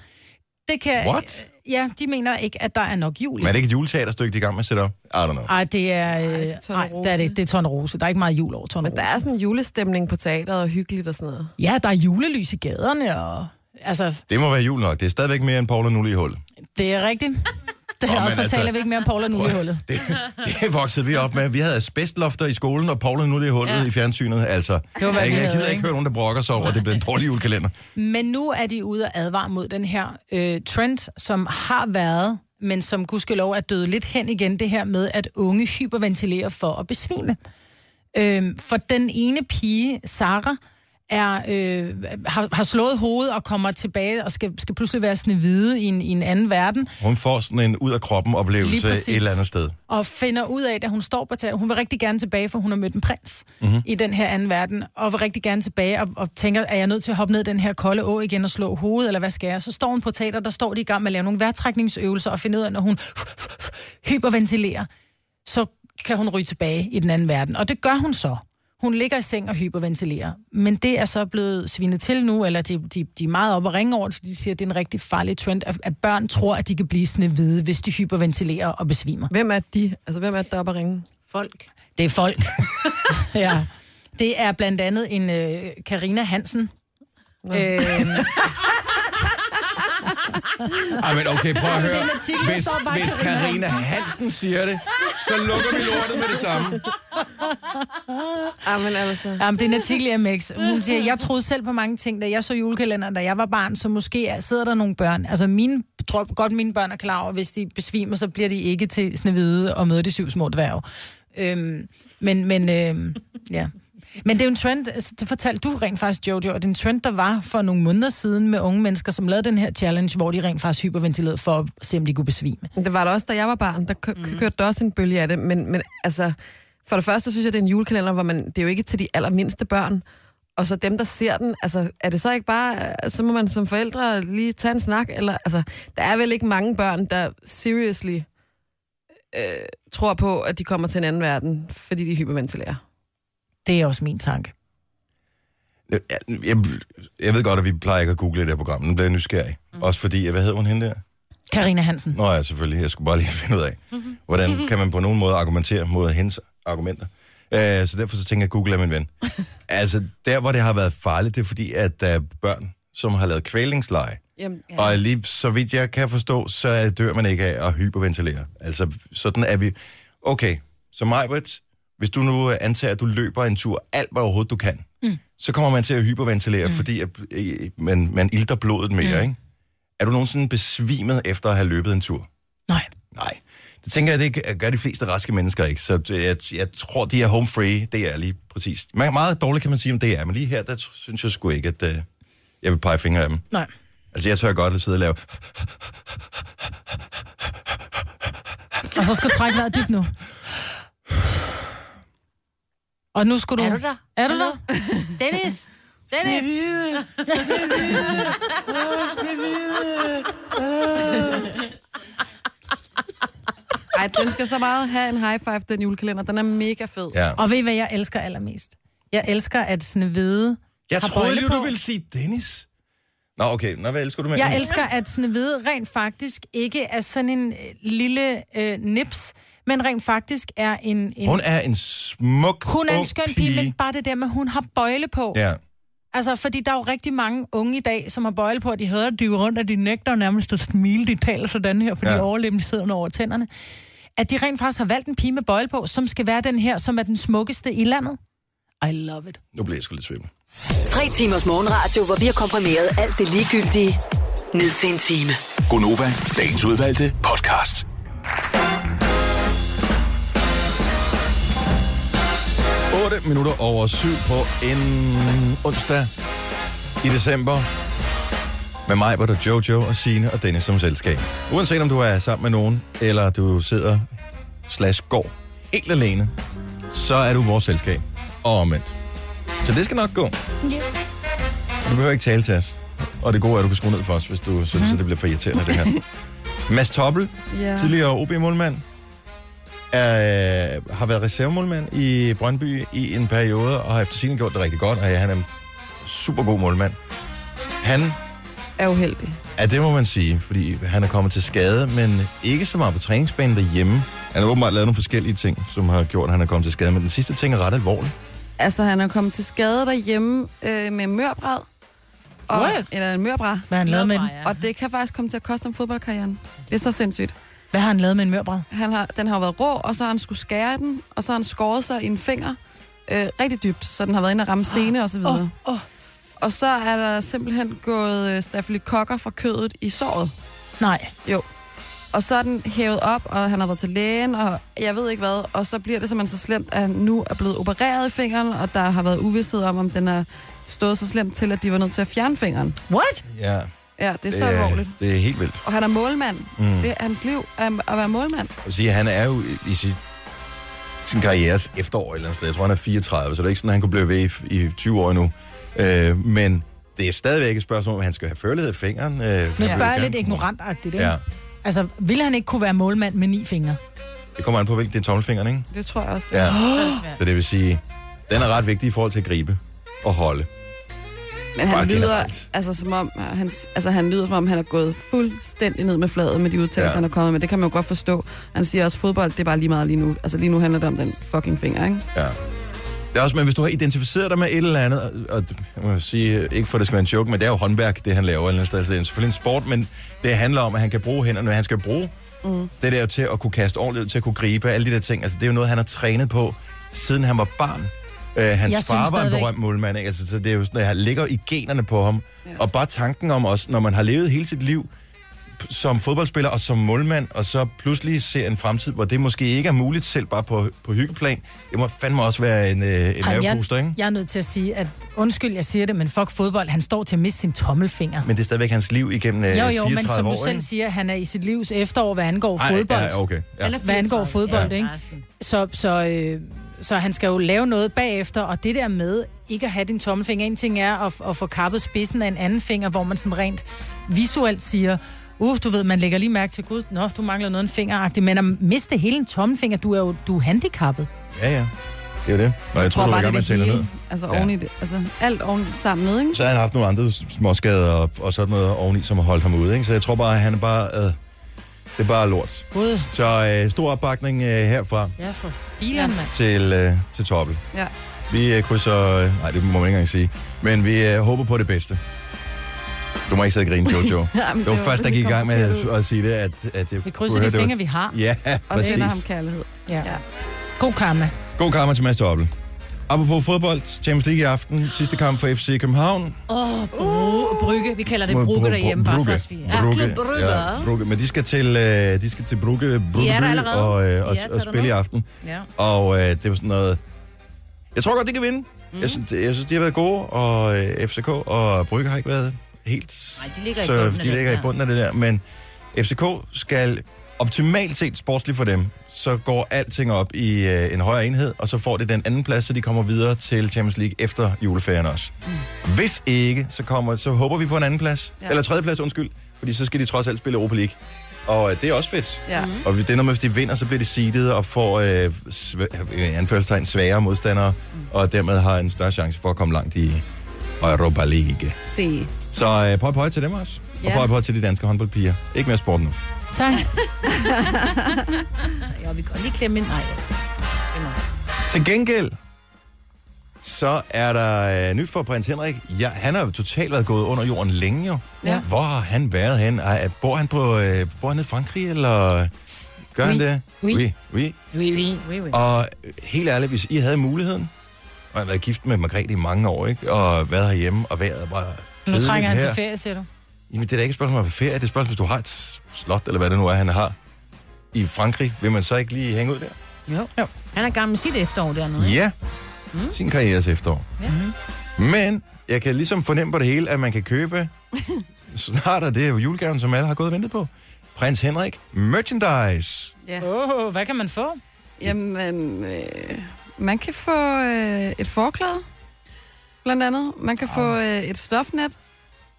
Speaker 3: Det kan,
Speaker 1: What?
Speaker 3: Ja, de mener ikke, at der er nok jul i
Speaker 1: Men er
Speaker 3: den.
Speaker 1: det ikke et juleteaterstykke, de er i gang med at sætte op? I don't know.
Speaker 3: Ej, det er... Øh,
Speaker 4: det er Torne
Speaker 3: ej,
Speaker 4: Rose.
Speaker 3: der er det, det er Torne Rose. Der er ikke meget jul over Torne
Speaker 4: Men
Speaker 3: Rose.
Speaker 4: der er sådan en julestemning på teateret og hyggeligt og sådan noget.
Speaker 3: Ja, der er julelys i gaderne, og... Altså,
Speaker 1: Det må være jul nok. Det er stadigvæk mere end Paul og Nulle i hullet.
Speaker 3: det er
Speaker 1: [LAUGHS]
Speaker 3: rigtigt. Det
Speaker 1: Nå,
Speaker 3: er
Speaker 1: men
Speaker 3: også, så
Speaker 1: altså-
Speaker 3: taler vi ikke mere om Paul og Nullehullet.
Speaker 1: Det, det voksede vi op med. Vi havde asbestlofter i skolen, og Paul og Nulle i hullet ja. i fjernsynet. Altså,
Speaker 3: var, hvad
Speaker 1: jeg,
Speaker 3: vi
Speaker 1: jeg
Speaker 3: havde,
Speaker 1: gider ikke
Speaker 3: ikke?
Speaker 1: høre nogen, der brokker sig over, at det blev en dårlig julekalender.
Speaker 3: Men nu er de ude og advare mod den her øh, trend, som har været, men som gudskelov er død lidt hen igen, det her med, at unge hyperventilerer for at besvime. Øh, for den ene pige, Sara, er, øh, har, har slået hovedet og kommer tilbage og skal, skal pludselig være snevide i en, i en anden verden,
Speaker 1: Hun får sådan en ud-af-kroppen-oplevelse
Speaker 3: Lige præcis.
Speaker 1: et eller andet sted.
Speaker 3: og finder ud af, at hun står på taget, hun vil rigtig gerne tilbage, for hun har mødt en prins
Speaker 1: Mhm.
Speaker 3: mm-hmm. i den her anden verden, og vil rigtig gerne tilbage, og, og tænker, er jeg nødt til at hoppe ned i den her kolde å igen og slå hovedet, eller hvad skal jeg? Så står hun på teater, der står de i gang med at lave nogle vejrtrækningsøvelser, og finder ud af, når hun hyperventilerer, så kan hun ryge tilbage i den anden verden. Og det gør hun så. Hun ligger i seng og hyperventilerer. Men det er så blevet svinet til nu, eller de, de, de er meget op og ringe over det, fordi de siger, at det er en rigtig farlig trend, at, at børn tror, at de kan blive snevide, hvis de hyperventilerer og besvimer.
Speaker 4: Hvem er de? Altså, hvem er det, der er oppe at ringe?
Speaker 2: Folk.
Speaker 3: Det er folk.
Speaker 4: [LAUGHS]
Speaker 3: ja. Det er blandt andet en øh, Karina Hansen. Øh,
Speaker 4: [LAUGHS]
Speaker 1: Ej, men okay, prøv at høre.
Speaker 3: den artikel, der
Speaker 1: Hvis,
Speaker 3: står bare
Speaker 1: hvis
Speaker 3: Carina
Speaker 1: Karina Hansen siger det, så lukker vi lortet med det samme.
Speaker 4: Ah, men altså...
Speaker 3: jamen, det er en artikel i MX. Hun siger, jeg troede selv på mange ting, da jeg så julekalenderen, da jeg var barn, så måske er, sidder der nogle børn. Altså, mine, tror godt mine børn er klar over, hvis de besvimer, så bliver de ikke til Snevide og møder de syv små dværge. Øhm, men, men, øhm, ja. Men det er jo en trend, altså, det fortalte du rent faktisk, Jojo, og det er en trend, der var for nogle måneder siden med unge mennesker, som lavede den her challenge, hvor de rent faktisk hyperventilerede for at se, om de kunne besvime.
Speaker 4: Men Det var der også, da jeg var barn. Der kø- mm. kørte der også en bølge af det. Men, men altså, for det første synes jeg, det er en julekalender, hvor man, det er jo ikke til de allermindste børn. Og så dem, der ser den, altså, er det så ikke bare, så må man som forældre lige tage en snak? Eller, altså, der er vel ikke mange børn, der seriously øh, tror på, at de kommer til en anden verden, fordi de hyperventilerer.
Speaker 3: Det er også min tanke.
Speaker 1: Jeg, Øh, jeg, jeg ved godt, at vi plejer ikke at google det her program. Nu bliver jeg nysgerrig. Også fordi, hvad hedder hun hende der?
Speaker 3: Karina Hansen.
Speaker 1: Nå ja, selvfølgelig. Jeg skulle bare lige [LAUGHS] finde ud af, hvordan kan man på nogen måde argumentere mod hendes argumenter. Øh, så derfor så tænker jeg, at Google er min ven. Altså, der hvor det har været farligt, det er fordi, at der er børn, som har lavet kvælingsleje.
Speaker 4: Jamen,
Speaker 1: Ja. Og lige så vidt jeg kan forstå, så dør man ikke af at hyperventilere. Altså, sådan er vi... Okay, så Majbrit, hvis du nu øh, antager, at du løber en tur alt, hvad overhovedet du kan, mm. så kommer man til at hyperventilere, mm. fordi at, øh, man, man ilter blodet mere, mm. ikke? Er du nogensinde besvimet efter at have løbet en tur?
Speaker 3: Nej.
Speaker 1: Nej. Det tænker jeg, det g- gør de fleste raske mennesker ikke. Så øh, jeg, jeg tror, de er home free. Det er lige præcis. Man, meget dårligt kan man sige, om det er. Men lige her, der t- synes jeg sgu ikke, at øh, jeg vil pege fingre af dem.
Speaker 3: Nej.
Speaker 1: Altså, jeg tør godt at sidde og lave...
Speaker 3: Og så skal du trække vejret dybt nu. Og nu skal du...
Speaker 2: Er du der?
Speaker 3: Er du der?
Speaker 2: Dennis! Dennis! [LAUGHS]
Speaker 4: Ej, den skal så meget have en high five, den julekalender. Den er mega fed.
Speaker 1: Ja.
Speaker 3: Og ved I, hvad jeg elsker allermest? Jeg elsker, at Snevede...
Speaker 1: Jeg
Speaker 3: har
Speaker 1: troede
Speaker 3: brøle
Speaker 1: lige,
Speaker 3: på.
Speaker 1: du ville sige Dennis. Nå, okay. Nå, hvad elsker du med?
Speaker 3: Jeg elsker, at Snevede rent faktisk ikke er sådan en øh, lille øh, nips, men rent faktisk er en... en
Speaker 1: Hun er en smuk,
Speaker 3: hun er en
Speaker 1: ung
Speaker 3: skøn pige, men bare det der med, at hun har bøjle på.
Speaker 1: Ja.
Speaker 3: Altså, fordi der er jo rigtig mange unge i dag, som har bøjle på, at de hader at dyve rundt, og de nægter nærmest at smile, de taler sådan her, fordi
Speaker 1: Ja.
Speaker 3: ja. overlæben sidder under over tænderne. At de rent faktisk har valgt en pige med bøjle på, som skal være den her, som er den smukkeste i landet. I love it.
Speaker 1: Nu bliver jeg sgu lidt svimmel.
Speaker 7: Tre timers morgenradio, hvor vi har komprimeret alt det ligegyldige ned til en time.
Speaker 5: Gonova, dagens udvalgte podcast.
Speaker 1: Otte minutter over syv på en onsdag i december. Med mig, hvor der Jojo og Sine og Dennis som selskab. Uanset om du er sammen med nogen, eller du sidder slash går helt alene, så er du vores selskab. Og omvendt. Så det skal nok gå. Og Du behøver ikke tale til os. Og det gode er, at du kan skrue ned for os, hvis du synes, at det bliver for irriterende, det her. Mads Toppel,
Speaker 4: Mhm. Ja.
Speaker 1: tidligere OB-målmand, er, har været reservemålmand i Brøndby i en periode, og har efter sine gjort det rigtig godt, og ja, han er en super god målmand. Han,
Speaker 4: Er uheldig.
Speaker 1: ja, det må man sige, fordi han er kommet til skade, men ikke så meget på træningsbanen derhjemme. Han har åbenbart lavet nogle forskellige ting, som har gjort, at han er kommet til skade, men den sidste ting er ret alvorlig.
Speaker 4: Altså, han er kommet til skade derhjemme øh, med mørbræd. Og,
Speaker 3: What?
Speaker 4: Eller en mørbræd.
Speaker 3: Hvad har han lavet med den?
Speaker 4: Ja. Og det kan faktisk komme til at koste ham fodboldkarrieren. Det er så sindssygt.
Speaker 3: Hvad har han lavet med en mørbræd?
Speaker 4: Han har, den har jo været rå, og så har han skulle skære den, og så har han skåret sig i en finger øh, rigtig dybt, så den har været inde og ramme sene og så videre.
Speaker 3: åh.
Speaker 4: Og så er der simpelthen gået øh, stafylokokker fra kødet i såret.
Speaker 3: Nej.
Speaker 4: Og så er den hævet op, og han har været til lægen, og jeg ved ikke hvad. Og så bliver det simpelthen så slemt, at han nu er blevet opereret i fingeren, og der har været uvidshed om, om den er stået så slemt til, at de var nødt til at fjerne fingeren.
Speaker 3: What?
Speaker 1: Ja,
Speaker 4: Ja, det er så alvorligt.
Speaker 1: Det er helt vildt.
Speaker 4: Og han er målmand.
Speaker 1: Mm.
Speaker 4: Det er hans liv er at være målmand.
Speaker 1: Jeg vil sige, han er jo i- i sit, sin karrieres efterår et eller andet sted. Jeg tror, han er 34, så det er ikke sådan, at han kunne blive ved i, f- i 20 år endnu. Øh, men det er stadigvæk et spørgsmål, om han skal have førlighed i fingeren. Øh,
Speaker 3: Nu spørger jeg lidt ignorantagtigt, ikke?
Speaker 1: Ja,
Speaker 3: Ja. Altså, ville han ikke kunne være målmand med ni fingre?
Speaker 1: det kommer an på, hvilken det er tommelfingeren, ikke?
Speaker 4: Det tror jeg også. Det. er.
Speaker 1: Ja.
Speaker 2: svært.
Speaker 1: Så det vil sige, den er ret vigtig i forhold til at gribe og holde.
Speaker 4: Men
Speaker 1: Bare
Speaker 4: han lyder,
Speaker 1: generelt.
Speaker 4: altså, som om, at han, altså, han lyder, som om han er gået fuldstændig ned med fladet med de udtalelser,
Speaker 1: Ja.
Speaker 4: ja. han er kommet med. Det kan man jo godt forstå. Han siger også, fodbold, det er bare lige meget lige nu. Altså lige nu handler det om den fucking finger, ikke?
Speaker 1: Ja. Det er også, men hvis du har identificeret dig med et eller andet, og- og jeg må sige, ikke for at det skal være en joke, men det er jo håndværk, det han laver. Eller andet sted. Så det er selvfølgelig en sport, men det handler om, at han kan bruge hænderne, han skal bruge mm. det der til at kunne kaste ordentligt, ud, til at kunne gribe, alle de der ting. Altså, det er jo noget, han har trænet på, siden han var barn. Øh, hans
Speaker 3: Jeg synes
Speaker 1: far var en
Speaker 3: stadigvæk-
Speaker 1: berømt målmand, ikke? Altså, så det er jo sådan, at han ligger i generne på ham. Ja. Og bare tanken om også, når man har levet hele sit liv p- som fodboldspiller og som målmand, og så pludselig ser en fremtid, hvor det måske ikke er muligt, selv bare på, på hyggeplan. Det må fandme også være en, øh, en
Speaker 3: Ej,
Speaker 1: mavepuster, ikke?
Speaker 3: jeg, jeg er nødt til at sige, at undskyld, jeg siger det, men fuck fodbold, han står til at miste sin tommelfinger.
Speaker 1: Men det er stadigvæk hans liv igennem øh,
Speaker 3: Jo, jo,
Speaker 1: 34
Speaker 3: men som
Speaker 1: år,
Speaker 3: du selv
Speaker 1: ikke?
Speaker 3: siger, han er i sit livs efterår, hvad angår
Speaker 1: Ej,
Speaker 3: fodbold.
Speaker 1: Ja, okay. Ja.
Speaker 2: Han er
Speaker 3: Hvad angår
Speaker 2: 34,
Speaker 3: fodbold,
Speaker 2: ja.
Speaker 3: ikke? Så, så, øh, så han skal jo lave noget bagefter, og det der med ikke at have din tommelfinger, en ting er at, at få kappet spidsen af en anden finger, hvor man sådan rent visuelt siger, uh, du ved, man lægger lige mærke til, gud, nå, du mangler noget en fingeragtigt, men at miste hele en tommelfinger, du er jo du er handicappet.
Speaker 1: ja, ja. Det er jo det. Nå, jeg, jeg tror, du var i gang med at tælle ned.
Speaker 4: Altså,
Speaker 1: Ja.
Speaker 4: ja. oven i det, altså alt oven sammen med, ikke?
Speaker 1: Så har han haft nogle andre småskader og, og sådan noget oveni, som har holdt ham ude. Ikke? Så jeg tror bare, at han er bare... Øh, det er bare lort.
Speaker 3: Gud,
Speaker 1: Så øh, stor opbakning øh, herfra
Speaker 3: ja, for filen, mand.
Speaker 1: til, øh, til Toppel.
Speaker 4: Ja.
Speaker 1: Vi øh, krydser... Øh, nej, det må man ikke engang sige. Men vi øh, håber på det bedste. Du må ikke sidde og grine, Jojo.
Speaker 4: Ja, men
Speaker 1: Det var
Speaker 4: jo-
Speaker 1: først, der gik i
Speaker 4: kom
Speaker 1: gang med
Speaker 4: forkert
Speaker 1: at-
Speaker 4: ud.
Speaker 1: at sige det, at, at jeg
Speaker 3: Vi
Speaker 1: kunne
Speaker 3: krydser
Speaker 1: høre,
Speaker 3: de
Speaker 1: det var-
Speaker 3: fingre, vi har.
Speaker 1: Ja,
Speaker 4: Og sender ham
Speaker 1: præcis.
Speaker 4: kærlighed.
Speaker 3: Ja.
Speaker 4: Ja.
Speaker 3: God karma.
Speaker 1: God karma til Mads Dobbel. Apropos fodbold, Champions League i aften, sidste kamp for FC København.
Speaker 2: Åh, oh, bru- brygge. Vi kalder det brugge derhjemme, bare for at svige. Ja, Klub Brugge.
Speaker 1: ja, Brugge. Men de skal til, øh, de skal til Brugge, Brugge
Speaker 2: er der
Speaker 1: by
Speaker 2: allerede.
Speaker 1: og, øh, og,
Speaker 2: De er
Speaker 1: og
Speaker 2: taget
Speaker 1: spille i
Speaker 2: derned.
Speaker 1: aften.
Speaker 2: Ja.
Speaker 1: Og øh, det var sådan noget... Jeg tror godt, de kan vinde. Mm.
Speaker 2: Mhm.
Speaker 1: Jeg, synes, jeg synes, de har været gode, og øh, FCK og Brygge har ikke været helt...
Speaker 2: Nej, de ligger i
Speaker 1: så
Speaker 2: bunden af
Speaker 1: de
Speaker 2: den
Speaker 1: ligger i
Speaker 2: der.
Speaker 1: bunden af det der. Men FCK skal optimalt set sportsligt for dem, så går alting op i øh, en højere enhed, og så får det den anden plads, så de kommer videre til Champions League efter juleferien også. Mm. Hvis ikke, så, kommer, så håber vi på en anden plads, ja.
Speaker 4: Ja.
Speaker 1: eller tredje plads, undskyld, fordi så skal de trods alt spille Europa League. Og øh, det er også fedt.
Speaker 4: Ja.
Speaker 1: Og det er noget med, hvis de vinder, så bliver de seedet og får øh, sv- i anførselstegn svagere modstandere,
Speaker 4: Mm.
Speaker 1: og dermed har en større chance for at komme langt i Europa League.
Speaker 4: Se.
Speaker 1: Så øh, pøj pøj til dem også. Og
Speaker 4: Ja.
Speaker 1: pøj pøj til de danske håndboldpiger. Ikke mere sport nu. [LAUGHS]
Speaker 3: Tak.
Speaker 2: Ja, vi kan godt lige klemme ind. Nej, ja. Det er mig.
Speaker 1: Til gengæld, så er der øh, nyt for prins Henrik. Ja, han har jo totalt været gået under jorden længe jo.
Speaker 4: Ja.
Speaker 1: Hvor har han været hen? Bor han, på, øh, bor han i Frankrig, eller gør han
Speaker 3: Oui.
Speaker 1: det?
Speaker 3: Oui.
Speaker 1: oui. oui.
Speaker 3: Oui, oui.
Speaker 2: Oui, oui.
Speaker 1: Og øh, helt ærligt, hvis I havde muligheden, og jeg har været gift med Margrethe i mange år, ikke? og været herhjemme, og vejret bare
Speaker 3: Nu
Speaker 1: kedeligt
Speaker 3: trænger han
Speaker 1: her.
Speaker 3: til ferie, siger du.
Speaker 1: Jamen, det er da ikke et spørgsmål om at være på ferie. Det er et spørgsmål, hvis du har et slot, eller hvad det nu er, han har i Frankrig. Vil man så ikke lige hænge ud der?
Speaker 2: Jo.
Speaker 3: Jo.
Speaker 2: Han er gammel med sit efterår dernede.
Speaker 1: Ja. Mm. Sin karrieres efterår.
Speaker 2: Ja.
Speaker 1: Mm. Men jeg kan ligesom fornemme på det hele, at man kan købe snart, og det er jo julegaven, som alle har gået og ventet på. Prins Henrik merchandise.
Speaker 4: Ja.
Speaker 3: Åh, oh, hvad kan man få?
Speaker 4: Jamen, øh, man kan få øh, et forklæde, blandt andet. Man kan få øh, et stofnet.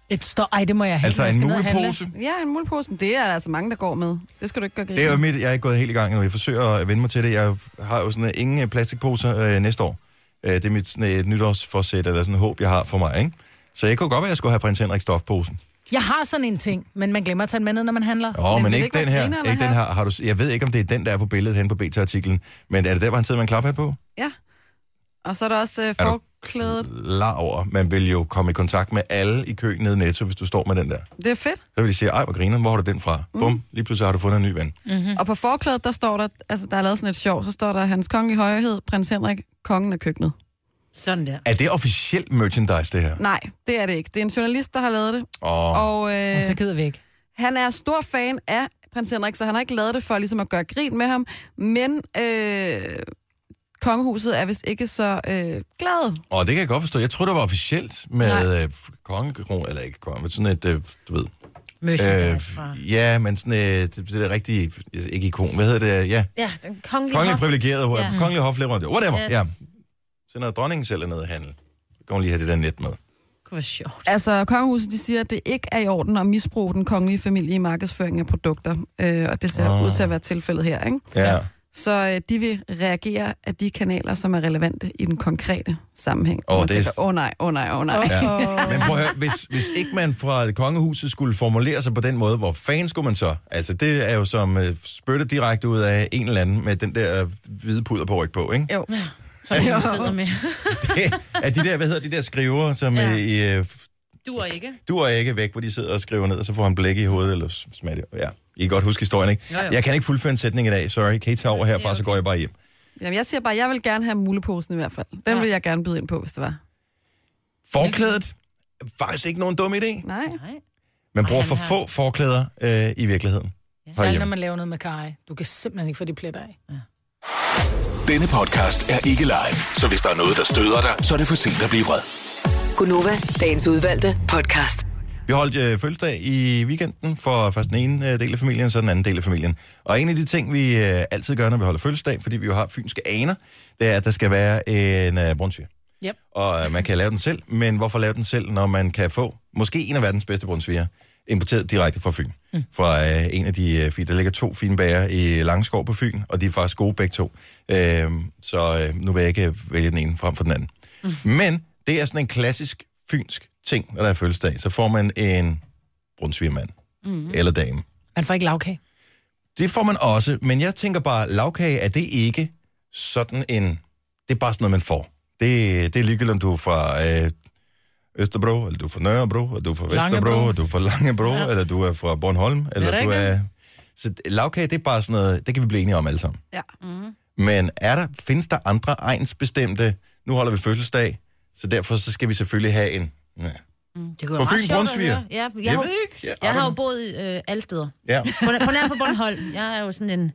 Speaker 3: Et stå... Ej, det må jeg have.
Speaker 1: Altså
Speaker 3: når jeg
Speaker 1: en
Speaker 3: skal ned og handle.
Speaker 1: mulepose.
Speaker 4: Ja, en mulepose. Men Det er der altså mange, der går med. Det skal du ikke gøre grin.
Speaker 1: Det er jo mit, jeg er ikke gået helt i gang endnu. Jeg forsøger at vende mig til det. Jeg har jo sådan øh, ingen øh, plastikposer øh, næste år. Øh, det er mit sådan, øh, et nytårsforsæt, eller sådan et håb, jeg har for mig, ikke? Så jeg kunne godt være, at jeg skulle have prins Henrik stofposen.
Speaker 3: Jeg har sådan en ting, men man glemmer at tage den med ned, når man handler.
Speaker 1: Åh, oh, men,
Speaker 4: vil
Speaker 1: ikke
Speaker 4: det ikke
Speaker 1: den
Speaker 4: være
Speaker 1: her.
Speaker 4: grineren at
Speaker 1: Ikke den her.
Speaker 4: have?
Speaker 1: Har du, s- jeg ved ikke, om det er den, der er på billedet hen på BT-artiklen, men er det der, hvor han sidder med en klaphat på?
Speaker 4: Ja. Og så er der også øh,
Speaker 1: du-
Speaker 4: forklædet.
Speaker 1: Klar over. Man vil jo komme i kontakt med alle i køen nede i Netto, hvis du står med den der.
Speaker 4: Det er fedt.
Speaker 1: Så vil de sige, ej, hvor griner, hvor har du den fra? Mm. Bum, lige pludselig har du fundet en ny ven.
Speaker 3: Mhm.
Speaker 4: Mm. Og på forklædet, der står der, altså der er lavet sådan et sjov, så står der, hans kongelige højhed, prins Henrik, kongen af køkkenet.
Speaker 2: Sådan der.
Speaker 1: Er det officielt merchandise, det her?
Speaker 4: Nej, det er det ikke. Det er en journalist, der har lavet det.
Speaker 1: Åh, oh,
Speaker 4: Og, øh,
Speaker 3: Og så gider vi ikke.
Speaker 4: Han er stor fan af prins Henrik, så han har ikke lavet det for ligesom at gøre grin med ham. Men øh, kongehuset er vist ikke så øh, glad.
Speaker 1: oh, det kan jeg godt forstå. Jeg tror det var officielt med øh, f- kongekron, eller ikke konge, men sådan et, øh, du ved.
Speaker 2: Merchandise
Speaker 1: Øh,
Speaker 2: fra...
Speaker 1: ja, men sådan øh, det, det der rigtige, ikke ikon, hvad hedder det? Ja,
Speaker 2: Ja, den kongelige
Speaker 1: kongelig
Speaker 2: hof.
Speaker 1: privilegeret,
Speaker 2: Ja.
Speaker 1: ja. kongelig hofleverandør, whatever. Yes.
Speaker 2: Yes.
Speaker 1: Ja. Så når dronningen selv er nede at handle, så kan hun lige have det der net med.
Speaker 2: Det kunne være sjovt.
Speaker 4: Altså, kongehuset de siger, at det ikke er i orden at misbruge den kongelige familie i markedsføring af produkter. Øh, og det ser
Speaker 1: Ah.
Speaker 4: ud til at være tilfældet her, ikke?
Speaker 1: Ja. ja.
Speaker 4: Så øh, de vil reagere af de kanaler, som er relevante i den konkrete sammenhæng.
Speaker 1: Åh,
Speaker 4: Og man
Speaker 1: det er-
Speaker 4: tænker, Åh oh, nej, åh oh, nej, åh oh, nej.
Speaker 1: Ja. Men prøv at høre, hvis, hvis ikke man fra kongehuset skulle formulere sig på den måde, hvor fanden skulle man så? Altså, det er jo som uh, spytte direkte ud af en eller anden med den der øh, hvide puder på ryg på, ikke?
Speaker 4: Jo.
Speaker 2: Som
Speaker 1: [LAUGHS]
Speaker 2: hun sidder med.
Speaker 1: at de der, hvad hedder de der skriver, som
Speaker 2: Ja.
Speaker 1: ja. i, uh,
Speaker 2: Du og ikke.
Speaker 1: du er ikke væk, hvor de sidder og skriver ned, og så får han blæk i hovedet, eller smager det. Ja, I kan godt huske historien, ikke?
Speaker 2: Jo, jo.
Speaker 1: Jeg kan ikke fuldføre en sætning i dag, sorry. Kan I tage over herfra,
Speaker 2: Ja,
Speaker 1: så
Speaker 2: okay.
Speaker 1: går jeg bare hjem.
Speaker 4: Jamen, jeg siger bare, jeg vil gerne have muleposen i hvert fald. Den
Speaker 2: Ja.
Speaker 4: ja. vil jeg gerne byde ind på, hvis det var.
Speaker 1: Forklædet? Faktisk ikke nogen dum idé.
Speaker 4: Nej.
Speaker 2: Nej.
Speaker 1: Man bruger
Speaker 2: Ej,
Speaker 1: for
Speaker 2: han har-
Speaker 1: få forklæder øh, i virkeligheden.
Speaker 3: Særligt,
Speaker 1: Herhjemme.
Speaker 3: når man laver noget med kaj. Du kan simpelthen ikke få de pletter af.
Speaker 5: Denne podcast er ikke live, så hvis der er noget, der støder dig, så er det for sent at blive vred.
Speaker 7: Gunova, dagens udvalgte podcast.
Speaker 1: Vi holdt øh, fødselsdag i weekenden for først den ene øh, del af familien, så den anden del af familien. Og en af de ting, vi øh, altid gør, når vi holder fødselsdag, fordi vi jo har fynske aner, det er, at der skal være en øh, brunsviger.
Speaker 3: Yep.
Speaker 1: Og øh, man kan lave den selv, men hvorfor lave den selv, når man kan få måske en af verdens bedste brunsviger, importeret direkte fra Fyn. Mm. Fra øh, en af de øh, fine, der ligger to fine bager i Langskov på Fyn, og de er faktisk gode begge to. Øh, så øh, nu vil jeg ikke vælge den ene frem for den anden. Mm. Men det er sådan en klassisk fynsk ting, når der er fødselsdag. Så får man en brunsvigermand
Speaker 4: Mm-hmm.
Speaker 1: mm. eller dame.
Speaker 3: Man får ikke lavkage.
Speaker 1: Det får man også, men jeg tænker bare, lavkage er det ikke sådan en... Det er bare sådan noget, man får. Det, det er ligegyldigt, om du er fra øh, Østerbro, eller du er fra Nørrebro, eller du er fra Vesterbro,
Speaker 3: Langebro.
Speaker 1: eller du er fra Langebro, ja. eller du er fra Bornholm, eller
Speaker 3: det
Speaker 1: du
Speaker 3: ikke
Speaker 1: er... Så lavkage, det er bare sådan noget, det kan vi blive enige om alle sammen.
Speaker 4: Ja. Mm-hmm.
Speaker 1: Men er der, findes der andre egensbestemte, nu holder vi fødselsdag, så derfor så skal vi selvfølgelig have en... Ja.
Speaker 2: Mm, Det kunne
Speaker 1: På
Speaker 2: være
Speaker 1: Fyn
Speaker 2: meget sjovt at
Speaker 1: Brunsviger?
Speaker 2: høre. Ja, jeg,
Speaker 1: Jeg
Speaker 2: har-
Speaker 1: ved ikke. Ja, I
Speaker 2: Jeg har
Speaker 1: don't-
Speaker 2: jo boet øh, alle steder.
Speaker 1: Ja.
Speaker 2: På, på nær på Bornholm. Jeg er jo sådan en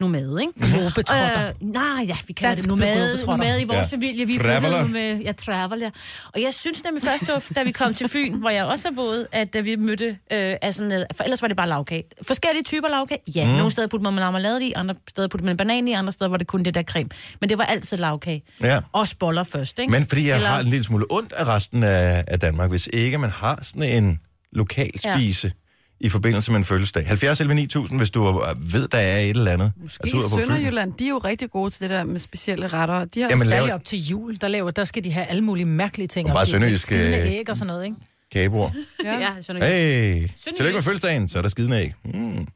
Speaker 2: nomade, ikke?
Speaker 3: Globetrotter.
Speaker 2: Øh, nej, ja, vi kalder
Speaker 3: Dansk
Speaker 2: det nomade,
Speaker 3: globetrotter.
Speaker 2: nomade i vores
Speaker 1: Ja.
Speaker 2: ja. familie. Vi
Speaker 1: Traveler.
Speaker 2: flyttede jo med, ja, traveler. Og jeg synes nemlig først, det var, da vi kom til Fyn, hvor jeg også har boet, at øh, vi mødte, øh, af sådan, øh, for ellers var det bare lavkage. Forskellige typer lavkage. Ja, mm. nogle steder puttede man marmelade i, andre steder puttede man banan i, andre steder var det kun det der creme. Men det var altid lavkage.
Speaker 1: Ja.
Speaker 2: Også boller først, ikke?
Speaker 1: Men fordi jeg
Speaker 2: Eller-
Speaker 1: har en lille smule ondt af resten af, af Danmark, hvis ikke man har sådan en lokal spise ja. i forbindelse med en fødselsdag. 70 11 9000, hvis du ved, der er et eller andet. Måske
Speaker 4: I Sønderjylland, de er jo rigtig gode til det der med specielle retter. og De har
Speaker 1: Jamen,
Speaker 4: Jamen,
Speaker 1: laver
Speaker 3: Særligt op til jul, der, laver, der skal de have alle mulige mærkelige ting.
Speaker 1: Og bare
Speaker 3: op til jul.
Speaker 1: sønderjysk,
Speaker 3: Stigende
Speaker 1: øh,
Speaker 3: æg og sådan noget, ikke?
Speaker 1: kagebord.
Speaker 4: ja.
Speaker 2: Ja, sådan noget.
Speaker 1: Hey, tillykke med fødselsdagen, så er der skidende æg. Mm.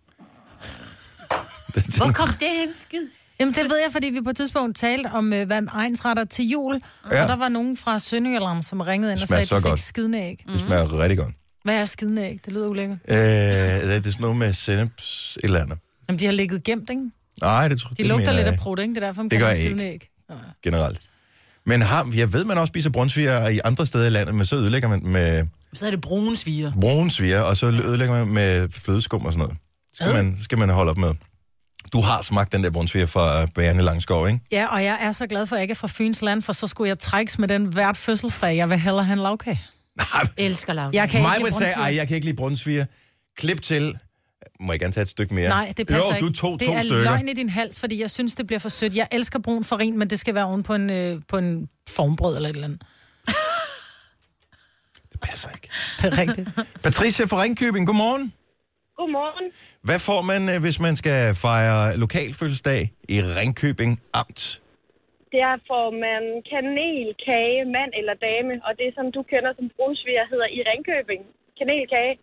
Speaker 1: [LAUGHS] Det-
Speaker 2: Hvor kom det hen, skid?
Speaker 3: Jamen, det ved jeg, fordi vi på et tidspunkt talte om, øh, hvad egensretter til jul,
Speaker 1: Ja.
Speaker 3: ja. og der var nogen fra Sønderjylland, som ringede ind og sagde,
Speaker 1: Smager
Speaker 3: at
Speaker 1: så
Speaker 3: de fik
Speaker 1: godt.
Speaker 3: skidende æg. Mm.
Speaker 1: Det smager rigtig godt.
Speaker 3: Hvad er skidende æg? Det lyder ulækkert.
Speaker 1: Øh, det er sådan noget med senneps et eller andet.
Speaker 3: Jamen, de har ligget gemt, ikke?
Speaker 1: Nej, det tror
Speaker 3: De
Speaker 1: det
Speaker 3: lugter
Speaker 1: mener
Speaker 3: lidt
Speaker 1: jeg
Speaker 3: af prut, ikke? Det er derfor, man
Speaker 1: Det
Speaker 3: kalder
Speaker 1: gør
Speaker 3: dem
Speaker 1: æg.
Speaker 3: skidende æg. Nå, ja.
Speaker 1: generelt. Men har, jeg ved, man også spiser brunsviger i andre steder i landet, men så ødelægger man med
Speaker 2: Så er det brune sviger.
Speaker 1: brune sviger, og så ødelægger man med flødeskum og sådan noget. Så skal man, så skal man holde op med. Du har smagt den der brunsviger fra Bærende Langskov, ikke?
Speaker 3: Ja, og jeg er så glad for, at jeg ikke er fra Fyns land, for så skulle jeg trækkes med den hvert fødselsdag. Jeg vil hellere have en lavkage.
Speaker 2: Elsker lavkage.
Speaker 3: Jeg kan
Speaker 1: Mig
Speaker 3: ikke
Speaker 1: vil
Speaker 3: lide
Speaker 1: sagde,
Speaker 3: brunsviger.
Speaker 1: ej, jeg kan ikke lide brunsviger. Klip til. Må jeg gerne tage et stykke mere?
Speaker 3: Nej, det passer
Speaker 1: jo,
Speaker 3: ikke.
Speaker 1: du tog
Speaker 3: det
Speaker 1: to
Speaker 3: er
Speaker 1: stykker.
Speaker 3: løgn i din hals, fordi jeg synes, det bliver for sødt. Jeg elsker brun farin, men det skal være oven på en, øh, på en formbrød eller et eller andet.
Speaker 1: Det passer ikke.
Speaker 3: [LAUGHS] Det er rigtigt.
Speaker 1: [LAUGHS] Mm. Patricia fra Ringkøbing, godmorgen.
Speaker 8: Godmorgen.
Speaker 1: Hvad får man, øh, hvis man skal fejre lokalfødselsdag i Ringkøbing Amt?
Speaker 8: Der får man kanelkage, mand eller dame, og det som du kender som brunsviger hedder i Ringkøbing. Kanelkage.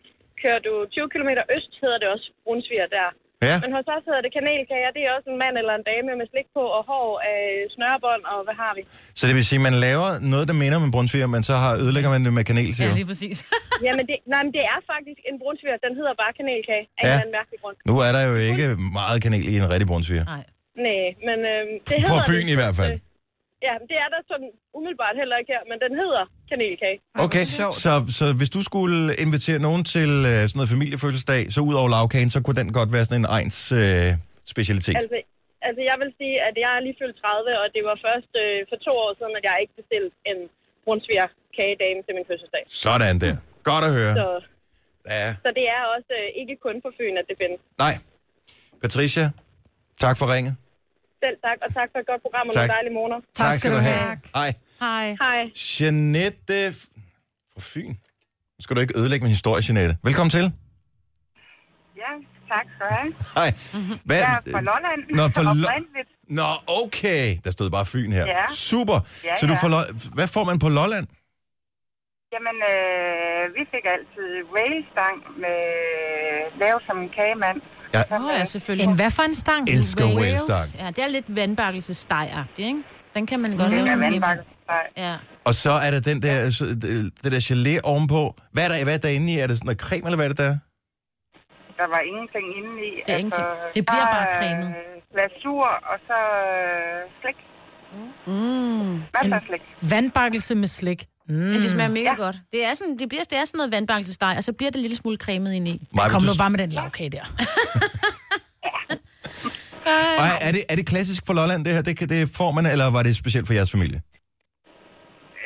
Speaker 8: Kører du 20 km øst, hedder det også brunsviger der.
Speaker 1: Ja,
Speaker 8: Men hos os hedder det kanelkage, og det er også en mand eller en dame med slik på og hår af snørebånd og hvad har vi?
Speaker 1: så det vil sige, at man laver noget, der minder om en brunsviger, men så har, ødelægger man det med kanel, siger
Speaker 2: Ja,
Speaker 1: du?
Speaker 2: lige præcis.
Speaker 8: [LAUGHS] Jamen det, nej, men det er faktisk en brunsviger, den hedder bare kanelkage af
Speaker 1: Ja.
Speaker 8: ja. en eller anden mærkelig grund.
Speaker 1: Nu er der jo ikke meget kanel i en rigtig brunsviger.
Speaker 2: Nej.
Speaker 8: Nej, men øhm, det hedder...
Speaker 1: Fra Fyn
Speaker 8: den.
Speaker 1: i hvert fald.
Speaker 8: Ja, det er der sådan umiddelbart heller ikke her, men den hedder kanelkage.
Speaker 1: Ah, Okay, så, så hvis du skulle invitere nogen til øh, sådan noget familiefødselsdag, så ud over lavkagen, så kunne den godt være sådan en egns øh, specialitet.
Speaker 8: Altså, altså, jeg vil sige, at jeg er lige fyldt 30, og det var først øh, for to år siden, at jeg ikke bestilte en brunsviger kagedame til min fødselsdag.
Speaker 1: Sådan der. Godt at høre.
Speaker 8: Så,
Speaker 1: Ja,
Speaker 8: så det er også øh, ikke kun for Fyn, at det findes.
Speaker 1: nej. Patricia, tak for ringet.
Speaker 8: Selv tak, og tak for et godt program og
Speaker 1: Tak.
Speaker 8: nogle dejlige morgener.
Speaker 3: tak skal du have.
Speaker 1: Hej.
Speaker 3: Hej.
Speaker 8: Hej.
Speaker 1: Jeanette f- fra Fyn. Nu skal du ikke ødelægge min historie, Jeanette. Velkommen til.
Speaker 9: Ja, tak så.
Speaker 1: Hej.
Speaker 3: Mhm.
Speaker 1: Hvad?
Speaker 9: Jeg er fra Lolland.
Speaker 1: Nå,
Speaker 9: [LAUGHS]
Speaker 1: fra Lo-
Speaker 9: Oprindeligt.
Speaker 1: Nå, okay. Der stod bare Fyn her.
Speaker 9: Ja.
Speaker 1: Super.
Speaker 9: Ja,
Speaker 1: så du
Speaker 9: ja.
Speaker 1: får lo- Hvad får man på Lolland?
Speaker 9: Jamen, øh, vi fik altid railstang med lavet som en kagemand.
Speaker 1: Ja.
Speaker 2: Nå ja, selvfølgelig.
Speaker 3: En hvad for en stang?
Speaker 1: Elsker Wales.
Speaker 2: Ja, det er lidt vandbakkelsesteg-agtigt, ikke? Den kan man godt
Speaker 9: Det
Speaker 2: lave
Speaker 9: er
Speaker 2: som hjemme.
Speaker 9: vandbakkesteg.
Speaker 2: Ja.
Speaker 1: Og så er der den der, så- øh, det det der gelé ovenpå. Hvad er der, hvad er der inde i? Er det sådan noget creme, eller hvad er det der? er?
Speaker 9: Der var ingenting inde i.
Speaker 2: er ingenting. Det bliver
Speaker 9: så,
Speaker 2: bare cremet.
Speaker 9: Øh, glasur, og så øh, slik.
Speaker 2: Mm.
Speaker 9: Masser af slik.
Speaker 3: Vandbakkelse med slik. Mm.
Speaker 2: Men det smager mega godt. Det er sådan, det bliver, det er sådan noget vandbakkelsesteg, og så bliver det en lille smule cremet ind i.
Speaker 1: Maja,
Speaker 3: Kom
Speaker 1: du-
Speaker 3: nu bare med den lavkage der.
Speaker 1: Og er- er, det, er det klassisk for Lolland, det her? Det, kan- det får man, eller var det specielt for jeres familie?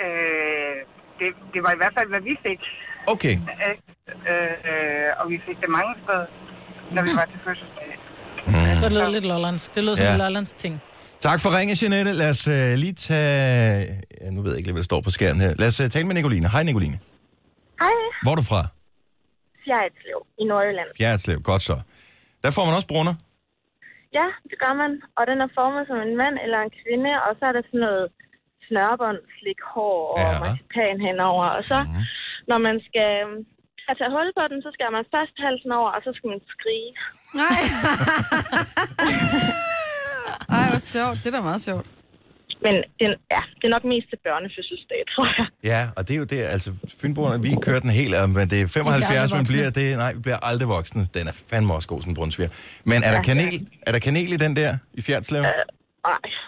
Speaker 9: Øh, det, det var i hvert fald, hvad vi fik.
Speaker 1: Okay.
Speaker 9: Øh, øh, øh, og vi fik det mange steder, når vi var til fødselsdag.
Speaker 3: Så det lød lidt lollandsk. Det lød som
Speaker 1: Mm. Ja.
Speaker 3: en lollandsk ting.
Speaker 1: Tak for ringen, Jeanette. Lad os øh, lige tage... Ja, nu ved jeg ikke lige, hvad der står på skærmen her. Lad os øh, tale med Nicoline. Hej, Nicoline.
Speaker 8: Hej.
Speaker 1: Hvor er du fra?
Speaker 8: Fjerdslev i Nordjylland.
Speaker 1: Fjerdslev. Godt så. Der får man også brunner.
Speaker 8: Ja, det gør man. Og den er formet som en mand eller en kvinde, og så er der sådan noget snørbånd, slik hår og
Speaker 1: Ja. Mhm.
Speaker 8: ja. marcipan henover. Og så, mm. når man skal at tage hul på den, så skal man først halsen over, og så skal man skrige. [LAUGHS]
Speaker 4: Nej. Ej, hvor sjovt. Det er da meget sjovt.
Speaker 8: Men den, ja, Det er nok mest til børnefødselsdag, tror jeg.
Speaker 1: Ja, og det er jo det, altså Fynboerne, vi kører den helt, og, men det er 75, men bliver det, nej, vi bliver aldrig voksne. Den er fandme også god, sådan en brunsviger. Men er der, kanel, er der kanel i den der, i Fjertslev?
Speaker 8: Nej,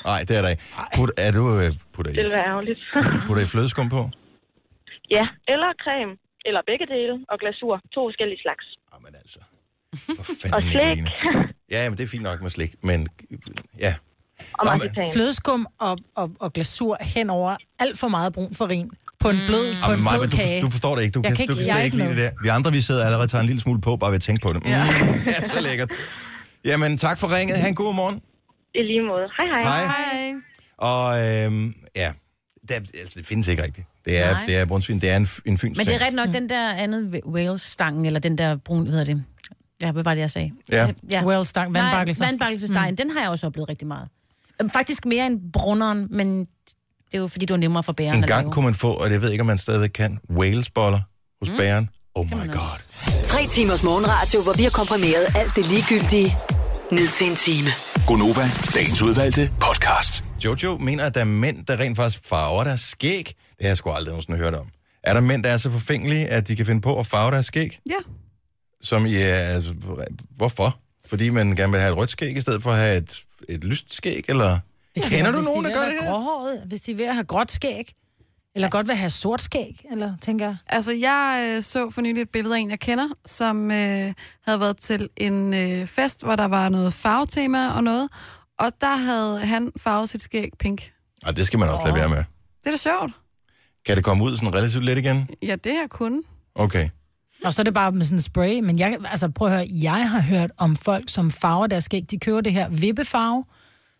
Speaker 1: Nej, det er der ikke. Put, er du, øh, putter,
Speaker 8: det
Speaker 1: I,
Speaker 8: ville være ærgerligt. [LAUGHS]
Speaker 1: putter I flødeskum på?
Speaker 8: ja, eller creme, eller begge dele, og glasur. To forskellige slags.
Speaker 1: Jamen altså, for
Speaker 8: Og
Speaker 1: fanden,
Speaker 8: slik,
Speaker 1: Nicoline. Ja, men det er fint nok med slik, men ja.
Speaker 8: og
Speaker 1: Nå, men-
Speaker 8: marcipan.
Speaker 3: Flødeskum og, og, og glasur henover alt for meget brun farin på en blød, mm. på
Speaker 1: Jamen,
Speaker 3: en
Speaker 1: Maja,
Speaker 3: blød
Speaker 1: du,
Speaker 3: kage.
Speaker 1: du forstår det ikke. Du
Speaker 3: Jeg
Speaker 1: kan,
Speaker 3: kan ikke-
Speaker 1: du kan
Speaker 3: jeg
Speaker 1: slet
Speaker 3: er
Speaker 1: ikke lide
Speaker 3: ikke
Speaker 1: det der. Vi andre, vi sidder allerede og tager en lille smule på, bare ved at tænke på det. Mm, ja. ja, så lækkert. Jamen, tak for ringet. Ha' en god morgen.
Speaker 8: I lige måde. Hej hej.
Speaker 1: Hej.
Speaker 4: Hej.
Speaker 1: Og øhm, ja, det, er- altså, det findes ikke rigtigt. Det er,
Speaker 2: Nej.
Speaker 1: det er brunsvin, det er en, f- en fyns
Speaker 2: Men det er
Speaker 1: ting.
Speaker 2: ret nok den der andet Wales-stangen, eller den der brun, hvad hedder det? Ja, hvad var det, jeg sagde?
Speaker 1: Ja.
Speaker 2: ja.
Speaker 3: Wales stang, vandbakkelser.
Speaker 2: Nej, vandbakkelsesdejen, mm. den har jeg også oplevet rigtig meget. Øhm, Faktisk mere end brunneren, men det er jo fordi, du er nemmere for bæren
Speaker 1: En
Speaker 2: at
Speaker 1: gang
Speaker 2: lave.
Speaker 1: kunne man få, og det ved jeg ikke, om man stadigvæk kan, whalesboller hos mm. bæren. Oh my god.
Speaker 7: Tre timers morgenradio, hvor vi har komprimeret alt det ligegyldige ned til en time.
Speaker 5: Gonova, dagens udvalgte podcast.
Speaker 1: Jojo mener, at der er mænd, der rent faktisk farver deres skæg. Det har jeg sgu aldrig nogensinde hørt om. Er der mænd, der er så forfængelige, at de kan finde på at farve deres skæg?
Speaker 4: Ja.
Speaker 1: Som i, er- altså, hvorfor? Fordi man gerne vil have et rødt skæg, i stedet for at have et, et lyst skæg, eller... Kender du
Speaker 3: Hvis de
Speaker 1: nogen, der
Speaker 3: er
Speaker 1: gør
Speaker 3: ved at
Speaker 1: det
Speaker 3: være
Speaker 1: her?
Speaker 3: Gråhåret, hvis de er ved at have gråt skæg, eller godt vil have sort skæg, eller tænker jeg.
Speaker 4: Altså, jeg øh, så for nylig et billede af en, jeg kender, som øh, havde været til en øh, fest, hvor der var noget farvetema og noget, og der havde han farvet sit skæg pink.
Speaker 1: Ej, det skal man også lade være med.
Speaker 4: Det er da sjovt.
Speaker 1: Kan det komme ud sådan relativt let igen?
Speaker 4: Ja, det her kunne.
Speaker 1: Okay.
Speaker 3: Og så er det bare med sådan en spray. Men jeg, altså prøv at høre, jeg har hørt om folk, som farver deres skæg. De køber det her vippefarve,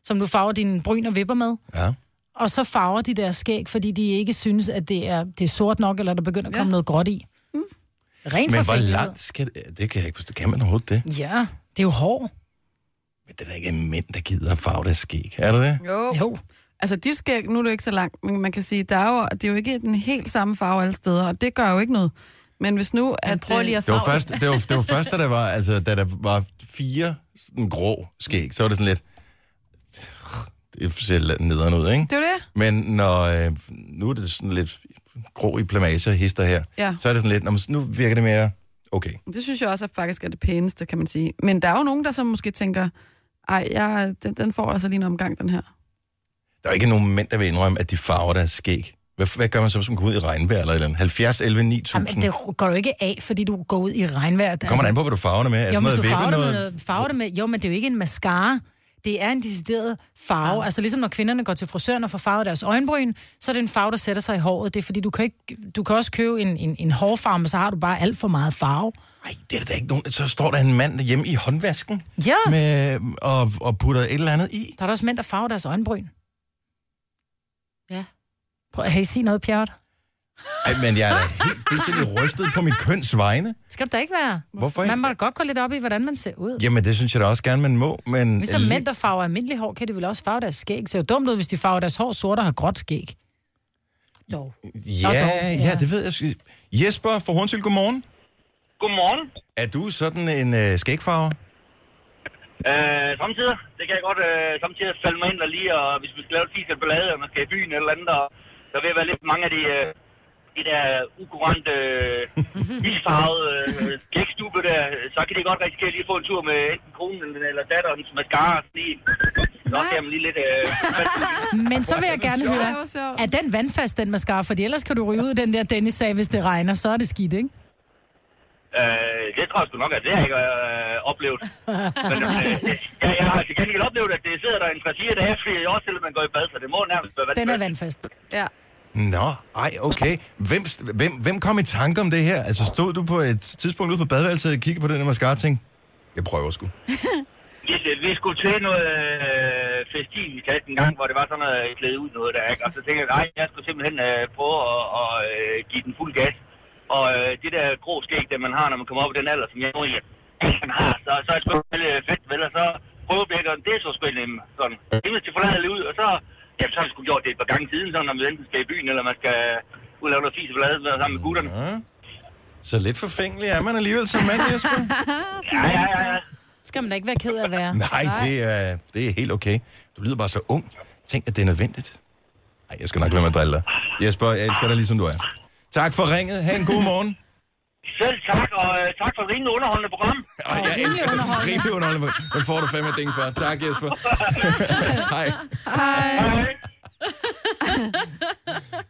Speaker 3: som du farver dine bryn og vipper med.
Speaker 1: Ja.
Speaker 3: Og så farver de deres skæg, fordi de ikke synes, at det er, det er sort nok, eller der begynder at komme ja.
Speaker 4: Ja.
Speaker 3: noget gråt i. Mm. Rent
Speaker 1: Men hvor
Speaker 3: forfængelighed.
Speaker 1: langt skal det... Det kan jeg ikke forstå. Kan man overhovedet det?
Speaker 3: Ja, det er jo hår.
Speaker 1: Men det er da ikke mænd, der gider at farve deres skæg. Er det det?
Speaker 4: Jo.
Speaker 3: Jo.
Speaker 4: Altså, dit skæg, nu er det jo ikke så langt, men man kan sige, der er jo, det er jo ikke den helt samme farve alle steder, og det gør jo ikke noget. Men hvis nu... At, øh,
Speaker 2: prøver lige at
Speaker 1: Det var,
Speaker 2: farve
Speaker 1: først, det, var, det var
Speaker 4: [LAUGHS]
Speaker 1: først, da der var, altså, da der var fire sådan, grå skæg, så var det sådan lidt... Det ser lidt nederen ud, ikke?
Speaker 4: det er jo det.
Speaker 1: Men når, øh, nu er det sådan lidt grå i plamage og hister her,
Speaker 4: Ja.
Speaker 1: så er det sådan lidt, "Nå, men nu virker det mere okay.
Speaker 4: Det synes jeg også at faktisk er det pæneste, kan man sige. Men der er jo nogen, der så måske tænker, ej, jeg, den, den får altså lige en omgang, den her.
Speaker 1: Der er ikke nogen mænd, der vil indrømme, at de farver deres skæg. Hvad, hvad gør man så, hvis man går ud i regnvejr eller et eller andet? 70, 11, 9000?
Speaker 3: Jamen, det går jo ikke af, fordi du går ud i regnvejr.
Speaker 1: Kommer det an på, hvad du farver det med? Er
Speaker 3: Jo,
Speaker 1: det
Speaker 3: men hvis
Speaker 1: altså, noget
Speaker 3: du farver det,
Speaker 1: vippet
Speaker 3: med
Speaker 1: noget?
Speaker 3: noget, farver det med, jo, men det er jo ikke en mascara. Det er en decideret farve. Ja. Altså ligesom når kvinderne går til frisøren og får farvet deres øjenbryn, så er det en farve, der sætter sig i håret. Det er fordi, du kan, ikke, du kan også købe en, en, en hårfarve, men så har du bare alt for meget farve.
Speaker 1: Nej, det er der da ikke nogen. Så står der en mand hjemme i håndvasken
Speaker 3: Ja. Men...
Speaker 1: med, og, og putter et eller andet i.
Speaker 3: Der er da også mænd, der farver deres øjenbryn.
Speaker 2: Ja.
Speaker 3: Prøv, har I sige noget, Pjerrot?
Speaker 1: Ej, men jeg er da
Speaker 3: [LAUGHS]
Speaker 1: helt fuldstændig rystet på mit køns vegne.
Speaker 3: Skal det da ikke være?
Speaker 1: Hvorfor
Speaker 3: Man må da
Speaker 1: ikke?
Speaker 3: godt gå lidt op i, hvordan man ser ud. Ja.
Speaker 1: Jamen, altså- det synes jeg da også gerne, man må, men...
Speaker 3: Ligesom mænd, der farver almindelig hår, kan de vel også farve deres skæg. Det ser jo dumt ud, hvis de farver deres hår sort og har gråt skæg. Dog.
Speaker 1: Ja,
Speaker 3: Nå, dog,
Speaker 1: ja,
Speaker 3: ja.
Speaker 1: det ved jeg. sgu- Jesper fra Hornsyld, godmorgen.
Speaker 9: Godmorgen.
Speaker 1: Er du sådan en øh, skægfarver?
Speaker 9: Øh, samtidig, det kan jeg godt øh, samtidig falde mig ind og lige, og hvis vi skal lave 10 til ballade, og man skal i byen eller andet, og der vil være lidt mange af de, øh, de der ukurante, øh, isfarvede øh, skægstube der, så kan det godt risikere lige at få en tur med enten konen eller datterens mascara, sådan lige, så kan man lige lidt, øh, fast i.
Speaker 3: Men så vil jeg gerne høre,
Speaker 4: Det var sjovt.
Speaker 3: Er den vandfast, den mascara? Fordi ellers kan du ryge ud i den der dennis sag hvis det regner, så er det skidt, ikke?
Speaker 9: Øh, det tror jeg sgu nok, at det har jeg ikke øh, oplevet. Men øh, jeg, jeg har til gengæld oplevet, at det sidder der en 3-4 dage, fordi jeg også selvom man går i bad, så det må nærmest være
Speaker 3: Den er
Speaker 9: vandfast.
Speaker 3: vandfast.
Speaker 4: Ja.
Speaker 1: Nå, ej, okay. Hvem, st- hvem, hvem kom i tanke om det her? Altså, stod du på et tidspunkt ude på badeværelset og kiggede på den her mascara og tænkte, jeg prøver sgu.
Speaker 9: Vi, vi skulle til noget øh, festiv i klassen en gang, hvor det var sådan noget klæde ud noget der, ikke? Og så tænkte jeg, nej, jeg skulle simpelthen øh, prøve at, at øh, give den fuld gas. Og øh, det der grå skæg, der man har, når man kommer op i den alder, som jeg nu i, at man har, så, så er det sgu lidt fedt, vel? Og så prøvede jeg, og det er så sgu nemt, sådan. Himmel til forladet ud, og så, jamen, så har vi sgu gjort det et par gange siden, sådan, når vi enten skal i byen, eller man skal ud og lave noget fis og ballade sammen med gutterne.
Speaker 1: Ja. Så lidt forfængelig er man alligevel som mand,
Speaker 4: [LAUGHS]
Speaker 1: Jesper.
Speaker 9: Ja, ja, ja, ja.
Speaker 3: Skal man da ikke være ked af at være?
Speaker 1: Nej, det er, det er helt okay. Du lyder bare så ung. Tænk, at det er nødvendigt. Ej, jeg skal nok lade med at drille dig. Jesper, jeg elsker dig ligesom du er. Tak for ringet. Ha' en god morgen.
Speaker 9: Selv tak, og øh, tak for et rimelig underholdende program.
Speaker 1: Ej, jeg elsker dig. Rimelig underholdende. Den får du fem af ding for. Tak, [LAUGHS] Jesper. Hej.
Speaker 9: Hej.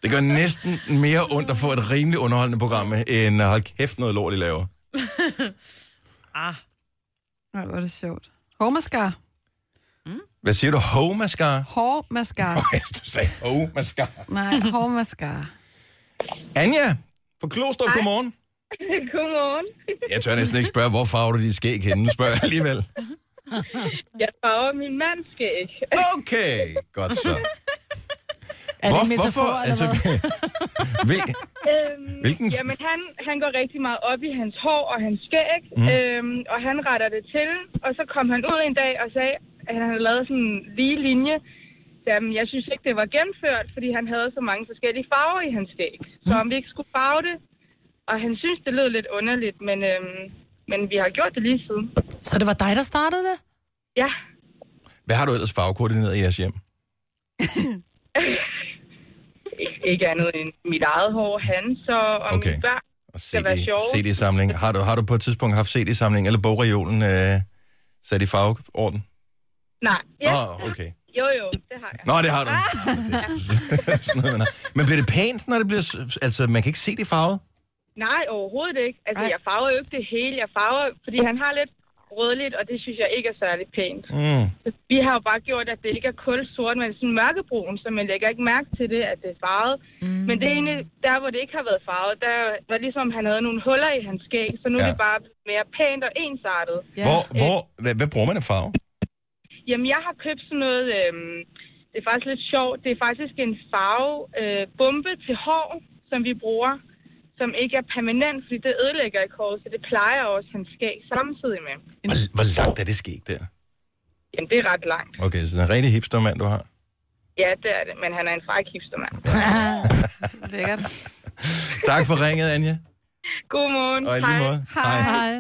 Speaker 1: Det gør næsten mere ondt at få et rimelig underholdende program, end øh, hold kæft noget lort, I laver.
Speaker 4: Ej, hvor er det sjovt. Hårmaskar.
Speaker 1: Hvad siger du? Ho-mascara?
Speaker 4: Hårmaskar.
Speaker 1: Åh, [LAUGHS] du sagde ho-mascara.
Speaker 4: Nej, hårmaskar.
Speaker 1: Anja på Klostrup, godmorgen.
Speaker 10: [LAUGHS] Godmorgen.
Speaker 1: Jeg tør næsten ikke spørge, hvor farver du dit skæg henne. Nu spørger jeg alligevel.
Speaker 10: [LAUGHS] Jeg farver min mand skæg.
Speaker 1: Okay, godt [LAUGHS] så.
Speaker 3: Er det en
Speaker 1: Hvor-
Speaker 3: metafor, eller
Speaker 1: hvil,
Speaker 10: Øhm,
Speaker 1: Hvilken f-
Speaker 10: Jamen, han, han går rigtig meget op i hans hår og hans skæg,
Speaker 1: Mhm.
Speaker 10: mm. øhm, og han retter det til. Og så kom han ud en dag og sagde, at han havde lavet sådan en lige linje. Jamen, jeg synes ikke, det var gennemført, fordi han havde så mange forskellige farver i hans skæg. Så om vi ikke skulle farve det. Og han synes, det lød lidt underligt, men, øhm, men vi har gjort det lige siden.
Speaker 3: Så det var dig, der startede det?
Speaker 10: Ja,
Speaker 1: hvad har du ellers farvekoordineret i jeres hjem?
Speaker 10: Ik- ikke andet end mit eget hår, hans og, og
Speaker 1: Okay.
Speaker 10: okay. mine børn.
Speaker 1: Og
Speaker 10: Skal være
Speaker 1: CD,
Speaker 10: sjove.
Speaker 1: CD-samling. Har du, har du på et tidspunkt haft CD-samling eller bogreolen øh, sat i farveorden?
Speaker 10: Nej, ja,
Speaker 1: Åh, oh, okay. [LAUGHS]
Speaker 10: jo jo, det har jeg.
Speaker 1: Nå, det har du. Det er sådan noget, man har. Men bliver det pænt, når det bliver... s- Altså, man kan ikke se det i farvet?
Speaker 10: [LAUGHS] Nej, overhovedet ikke. Altså,
Speaker 4: Ej.
Speaker 10: jeg farver jo ikke det hele. Jeg farver, fordi han har lidt rødligt, og det synes jeg ikke er særlig pænt.
Speaker 1: Mm.
Speaker 10: Vi har jo bare gjort, at det ikke er kul sort, men sådan mørkebrun, så man lægger ikke mærke til det, at det er farvet. Mm. Men det er egentlig, der hvor det ikke har været farvet, der var ligesom, han havde nogle huller i hans skæg, så nu ja. er
Speaker 1: Ja.
Speaker 10: det bare mere pænt og ensartet.
Speaker 1: Ja. Hvor, hvor, hvad, hvad bruger man af farve?
Speaker 10: Jamen, jeg har købt sådan noget... Øhm, det er faktisk lidt sjovt. Det er faktisk en farvebombe øh, bombe til hår, som vi bruger, som ikke er permanent, fordi det ødelægger ikke håret, så det plejer også hans skæg samtidig med.
Speaker 1: Hvor, hvor langt er det skæg der?
Speaker 10: Jamen, det er ret langt.
Speaker 1: Okay, så den rigtig hipstermand, du har.
Speaker 10: Ja, det er det, men han er en fræk hipstermand.
Speaker 4: Lækkert.
Speaker 1: Tak for ringet, Anja.
Speaker 10: Godmorgen.
Speaker 1: Og i lige måde.
Speaker 4: Hej.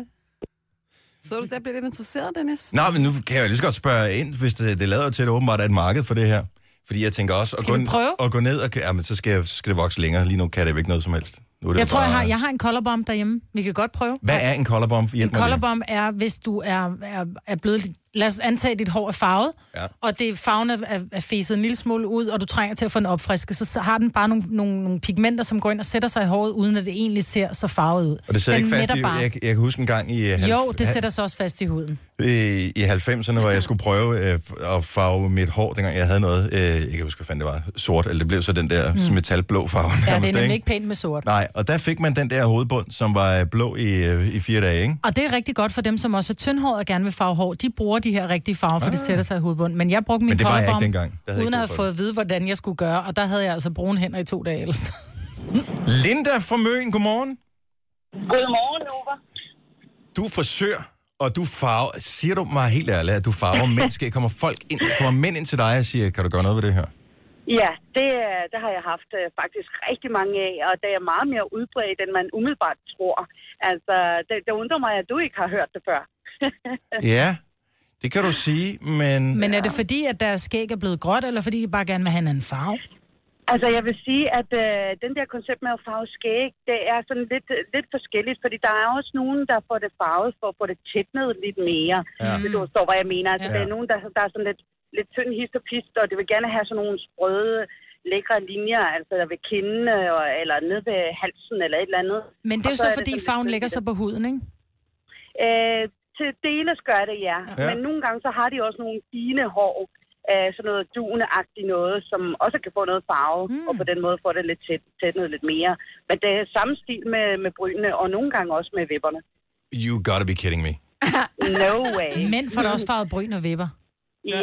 Speaker 4: Så du, der bliver lidt interesseret, Dennis.
Speaker 1: Nå, men nu kan jeg jo lige så godt spørge ind, hvis det, det lader jo til, at der åbenbart er et marked for det her. Fordi jeg tænker også, at
Speaker 3: Skal
Speaker 1: gå,
Speaker 3: vi
Speaker 1: n-
Speaker 3: prøve?
Speaker 1: at gå ned og... Ja, men så skal, jeg, så skal det vokse længere. Lige nu kan det jo ikke noget som helst. Nu er det
Speaker 3: Jeg
Speaker 1: jo
Speaker 3: tror,
Speaker 1: bare...
Speaker 3: jeg har, jeg har en colorbomb derhjemme. Vi kan godt prøve.
Speaker 1: Hvad er en collarbomb? Hjælp
Speaker 3: En
Speaker 1: mig lige.
Speaker 3: colorbomb er, hvis du er, er, er blevet... Lad os antage, at dit hår er farvet,
Speaker 1: Ja.
Speaker 3: og det farven er, er, er fæset en lille smule ud, og du trænger til at få den opfrisket, så, så har den bare nogle, nogle, nogle pigmenter, som går ind og sætter sig i håret, uden at det egentlig ser så farvet ud.
Speaker 1: Og det sidder
Speaker 3: den
Speaker 1: ikke fast
Speaker 3: mætter
Speaker 1: i...
Speaker 3: bare.
Speaker 1: Jeg, jeg kan huske en gang i... øh, halv-
Speaker 3: Jo, det
Speaker 1: ha-
Speaker 3: sætter sig også fast i huden.
Speaker 1: i, i 90'erne, hvor jeg skulle prøve øh, at farve mit hår, dengang jeg havde noget, øh, jeg kan ikke huske, hvad fanden det var, sort, eller det blev så den der mm. metalblå farve.
Speaker 3: Ja,
Speaker 1: nærmest,
Speaker 3: det er nemlig ikke pænt med sort.
Speaker 1: Nej, og der fik man den der hovedbund, som var øh, blå i, øh, i fire dage, ikke?
Speaker 3: Og det er rigtig godt for dem, som også er tyndhåret og gerne vil farve hår. De bruger de her rigtige farver, for ah. det sætter sig i hovedbunden. Men jeg brugte min
Speaker 1: Men det var jeg ikke
Speaker 3: colorbomb,
Speaker 1: dengang. Der havde jeg
Speaker 3: uden at
Speaker 1: ikke
Speaker 3: have
Speaker 1: brug for
Speaker 3: fået at vide, hvordan jeg skulle gøre. Og der havde jeg altså brune hænder i to dage eller sådan.
Speaker 1: [LAUGHS] Linda fra Møn, godmorgen.
Speaker 10: Godmorgen, Nova.
Speaker 1: Du er frisør, og du farver, siger du mig helt ærligt, at du
Speaker 11: [LAUGHS]
Speaker 1: farver mennesker? Kommer folk ind, kommer mænd ind til dig og siger, kan du gøre noget ved det her?
Speaker 11: Ja, det, er- det har jeg haft øh, faktisk rigtig mange af, og det er meget mere udbredt, end man umiddelbart tror. Altså, det, det undrer mig, at du ikke har hørt det før. [LAUGHS]
Speaker 1: Ja, det kan du sige, men...
Speaker 3: Men er det fordi, at deres skæg er blevet gråt, eller fordi de bare gerne vil have en anden farve?
Speaker 11: Altså, jeg vil sige, at øh, den der koncept med at farve skæg, det er sådan lidt, lidt forskelligt, fordi der er også nogen, der får det farvet for at få det tætnet lidt mere.
Speaker 1: Ja.
Speaker 11: Ja. Hvis du forstår, hvad jeg mener. Altså,
Speaker 1: Ja.
Speaker 11: ja. der er nogen, der, der er sådan lidt, lidt tynd hist og pist, og det vil gerne have sådan nogle sprøde, lækre linjer, altså der ved kinden, øh, og- eller ned ved halsen, eller et eller andet.
Speaker 3: Men det er
Speaker 11: Og
Speaker 3: jo
Speaker 11: så
Speaker 3: så,
Speaker 11: er det
Speaker 3: fordi
Speaker 11: sådan lidt
Speaker 3: farven
Speaker 11: fedt i
Speaker 3: lægger
Speaker 11: det.
Speaker 3: sig på huden, ikke?
Speaker 11: Øh, til deles gør det, ja.
Speaker 1: Ja.
Speaker 11: ja. Men nogle gange, så har de også nogle fine hår, øh, sådan noget duneagtigt noget, som også kan få noget farve, mm. og på den måde få det lidt tæt, tæt noget lidt mere. Men det er samme stil med, med brynene, og nogle gange også med vipperne.
Speaker 1: You gotta be kidding me.
Speaker 11: No way.
Speaker 3: Mænd får da også farvet bryn og vipper.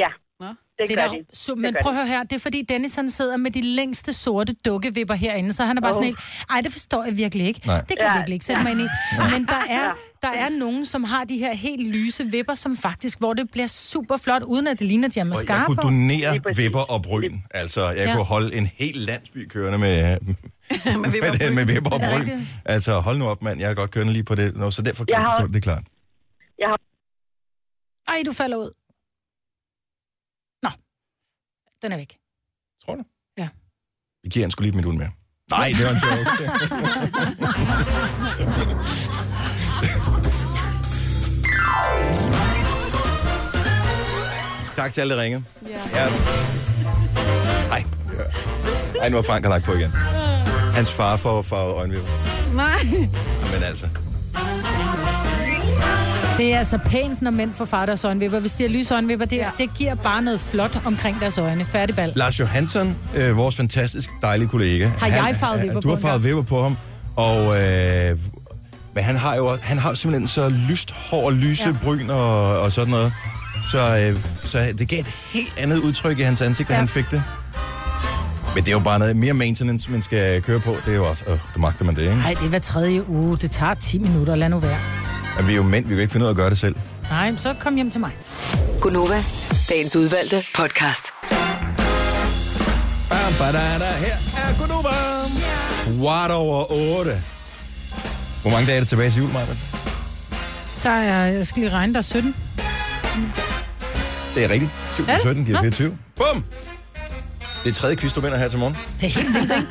Speaker 11: Ja,
Speaker 4: Nå.
Speaker 11: det,
Speaker 3: Det
Speaker 11: gør
Speaker 3: der,
Speaker 11: de.
Speaker 3: su-
Speaker 11: Det
Speaker 3: men
Speaker 11: gør de.
Speaker 3: prøv at høre her, det er fordi Dennis han sidder med de længste sorte dukkevipper herinde, så han er bare oh. sådan helt, ej det forstår jeg virkelig ikke,
Speaker 1: Nej.
Speaker 3: Nej. det kan jeg
Speaker 11: Ja.
Speaker 3: virkelig ikke sætte
Speaker 11: [LAUGHS]
Speaker 3: mig ind i. Men der er, der er nogen, som har de her helt lyse vipper, som faktisk, hvor det bliver super flot, uden at det ligner, at de har
Speaker 1: Og jeg
Speaker 3: mascara
Speaker 1: kunne
Speaker 3: på. [LAUGHS]
Speaker 1: donere
Speaker 11: Lige præcis.
Speaker 1: vipper og bryn. Altså, jeg ja.
Speaker 3: Ja.
Speaker 1: kunne holde en hel landsby kørende med, med,
Speaker 4: vipper og
Speaker 1: med, det, med vipper og
Speaker 3: Er det
Speaker 1: bryn.
Speaker 3: rigtigt?
Speaker 1: Altså, hold nu op, mand. Jeg er godt kørende lige på det. Nå, så derfor kan
Speaker 11: Jeg
Speaker 1: jeg
Speaker 11: har
Speaker 1: forstå,
Speaker 11: også-
Speaker 1: det, det er klart.
Speaker 11: Jeg har
Speaker 3: Ej, du falder ud. Nå, den er væk.
Speaker 1: Tror du?
Speaker 3: Ja.
Speaker 1: Vi giver en sgu lige et minut mere. Nej, det var en joke. tak til alle, der ringede. Ja. Nej. Ej, nu har Frank har lagt på igen. Hans far får farvet øjenvipper.
Speaker 4: Nej.
Speaker 1: Men altså,
Speaker 3: Det er altså pænt, når mænd får far deres øjenvipper. Hvis de har lyse øjenvipper, det, ja. det giver bare noget flot omkring deres øjne. Færdig bal.
Speaker 1: Lars Johansson, øh, vores fantastisk dejlige kollega. Har
Speaker 3: jeg farvet vipper
Speaker 1: Du har
Speaker 3: på
Speaker 1: farvet vipper på ham. Og, øh, men han har jo også- han har simpelthen så lyst hår og lyse ja. bryn og, og sådan noget. Så, øh, så det gav et helt andet udtryk i hans ansigt, da ja. han fik det. Men det er jo bare noget mere maintenance, man skal køre på. Det er jo også, øh, det magter man det, ikke?
Speaker 3: Nej, det er hver tredje uge. Det tager 10 minutter. Lad nu være.
Speaker 1: Men vi er jo mænd, vi kan ikke finde ud af at gøre det selv.
Speaker 3: Nej, men så kom hjem til mig.
Speaker 7: Gunova, dagens udvalgte podcast.
Speaker 1: Bam, badada, her er Godova. Kvart over otte. Hvor mange dage er det tilbage til jul, Marvind?
Speaker 3: Der er, jeg skal lige regne, der er 17.
Speaker 1: Det er rigtigt. 7
Speaker 3: Er det?
Speaker 1: 17 giver
Speaker 3: Nå.
Speaker 1: 24. Bum! Det er tredje quiz, du vinder her til morgen.
Speaker 3: Det er helt vildt, ikke?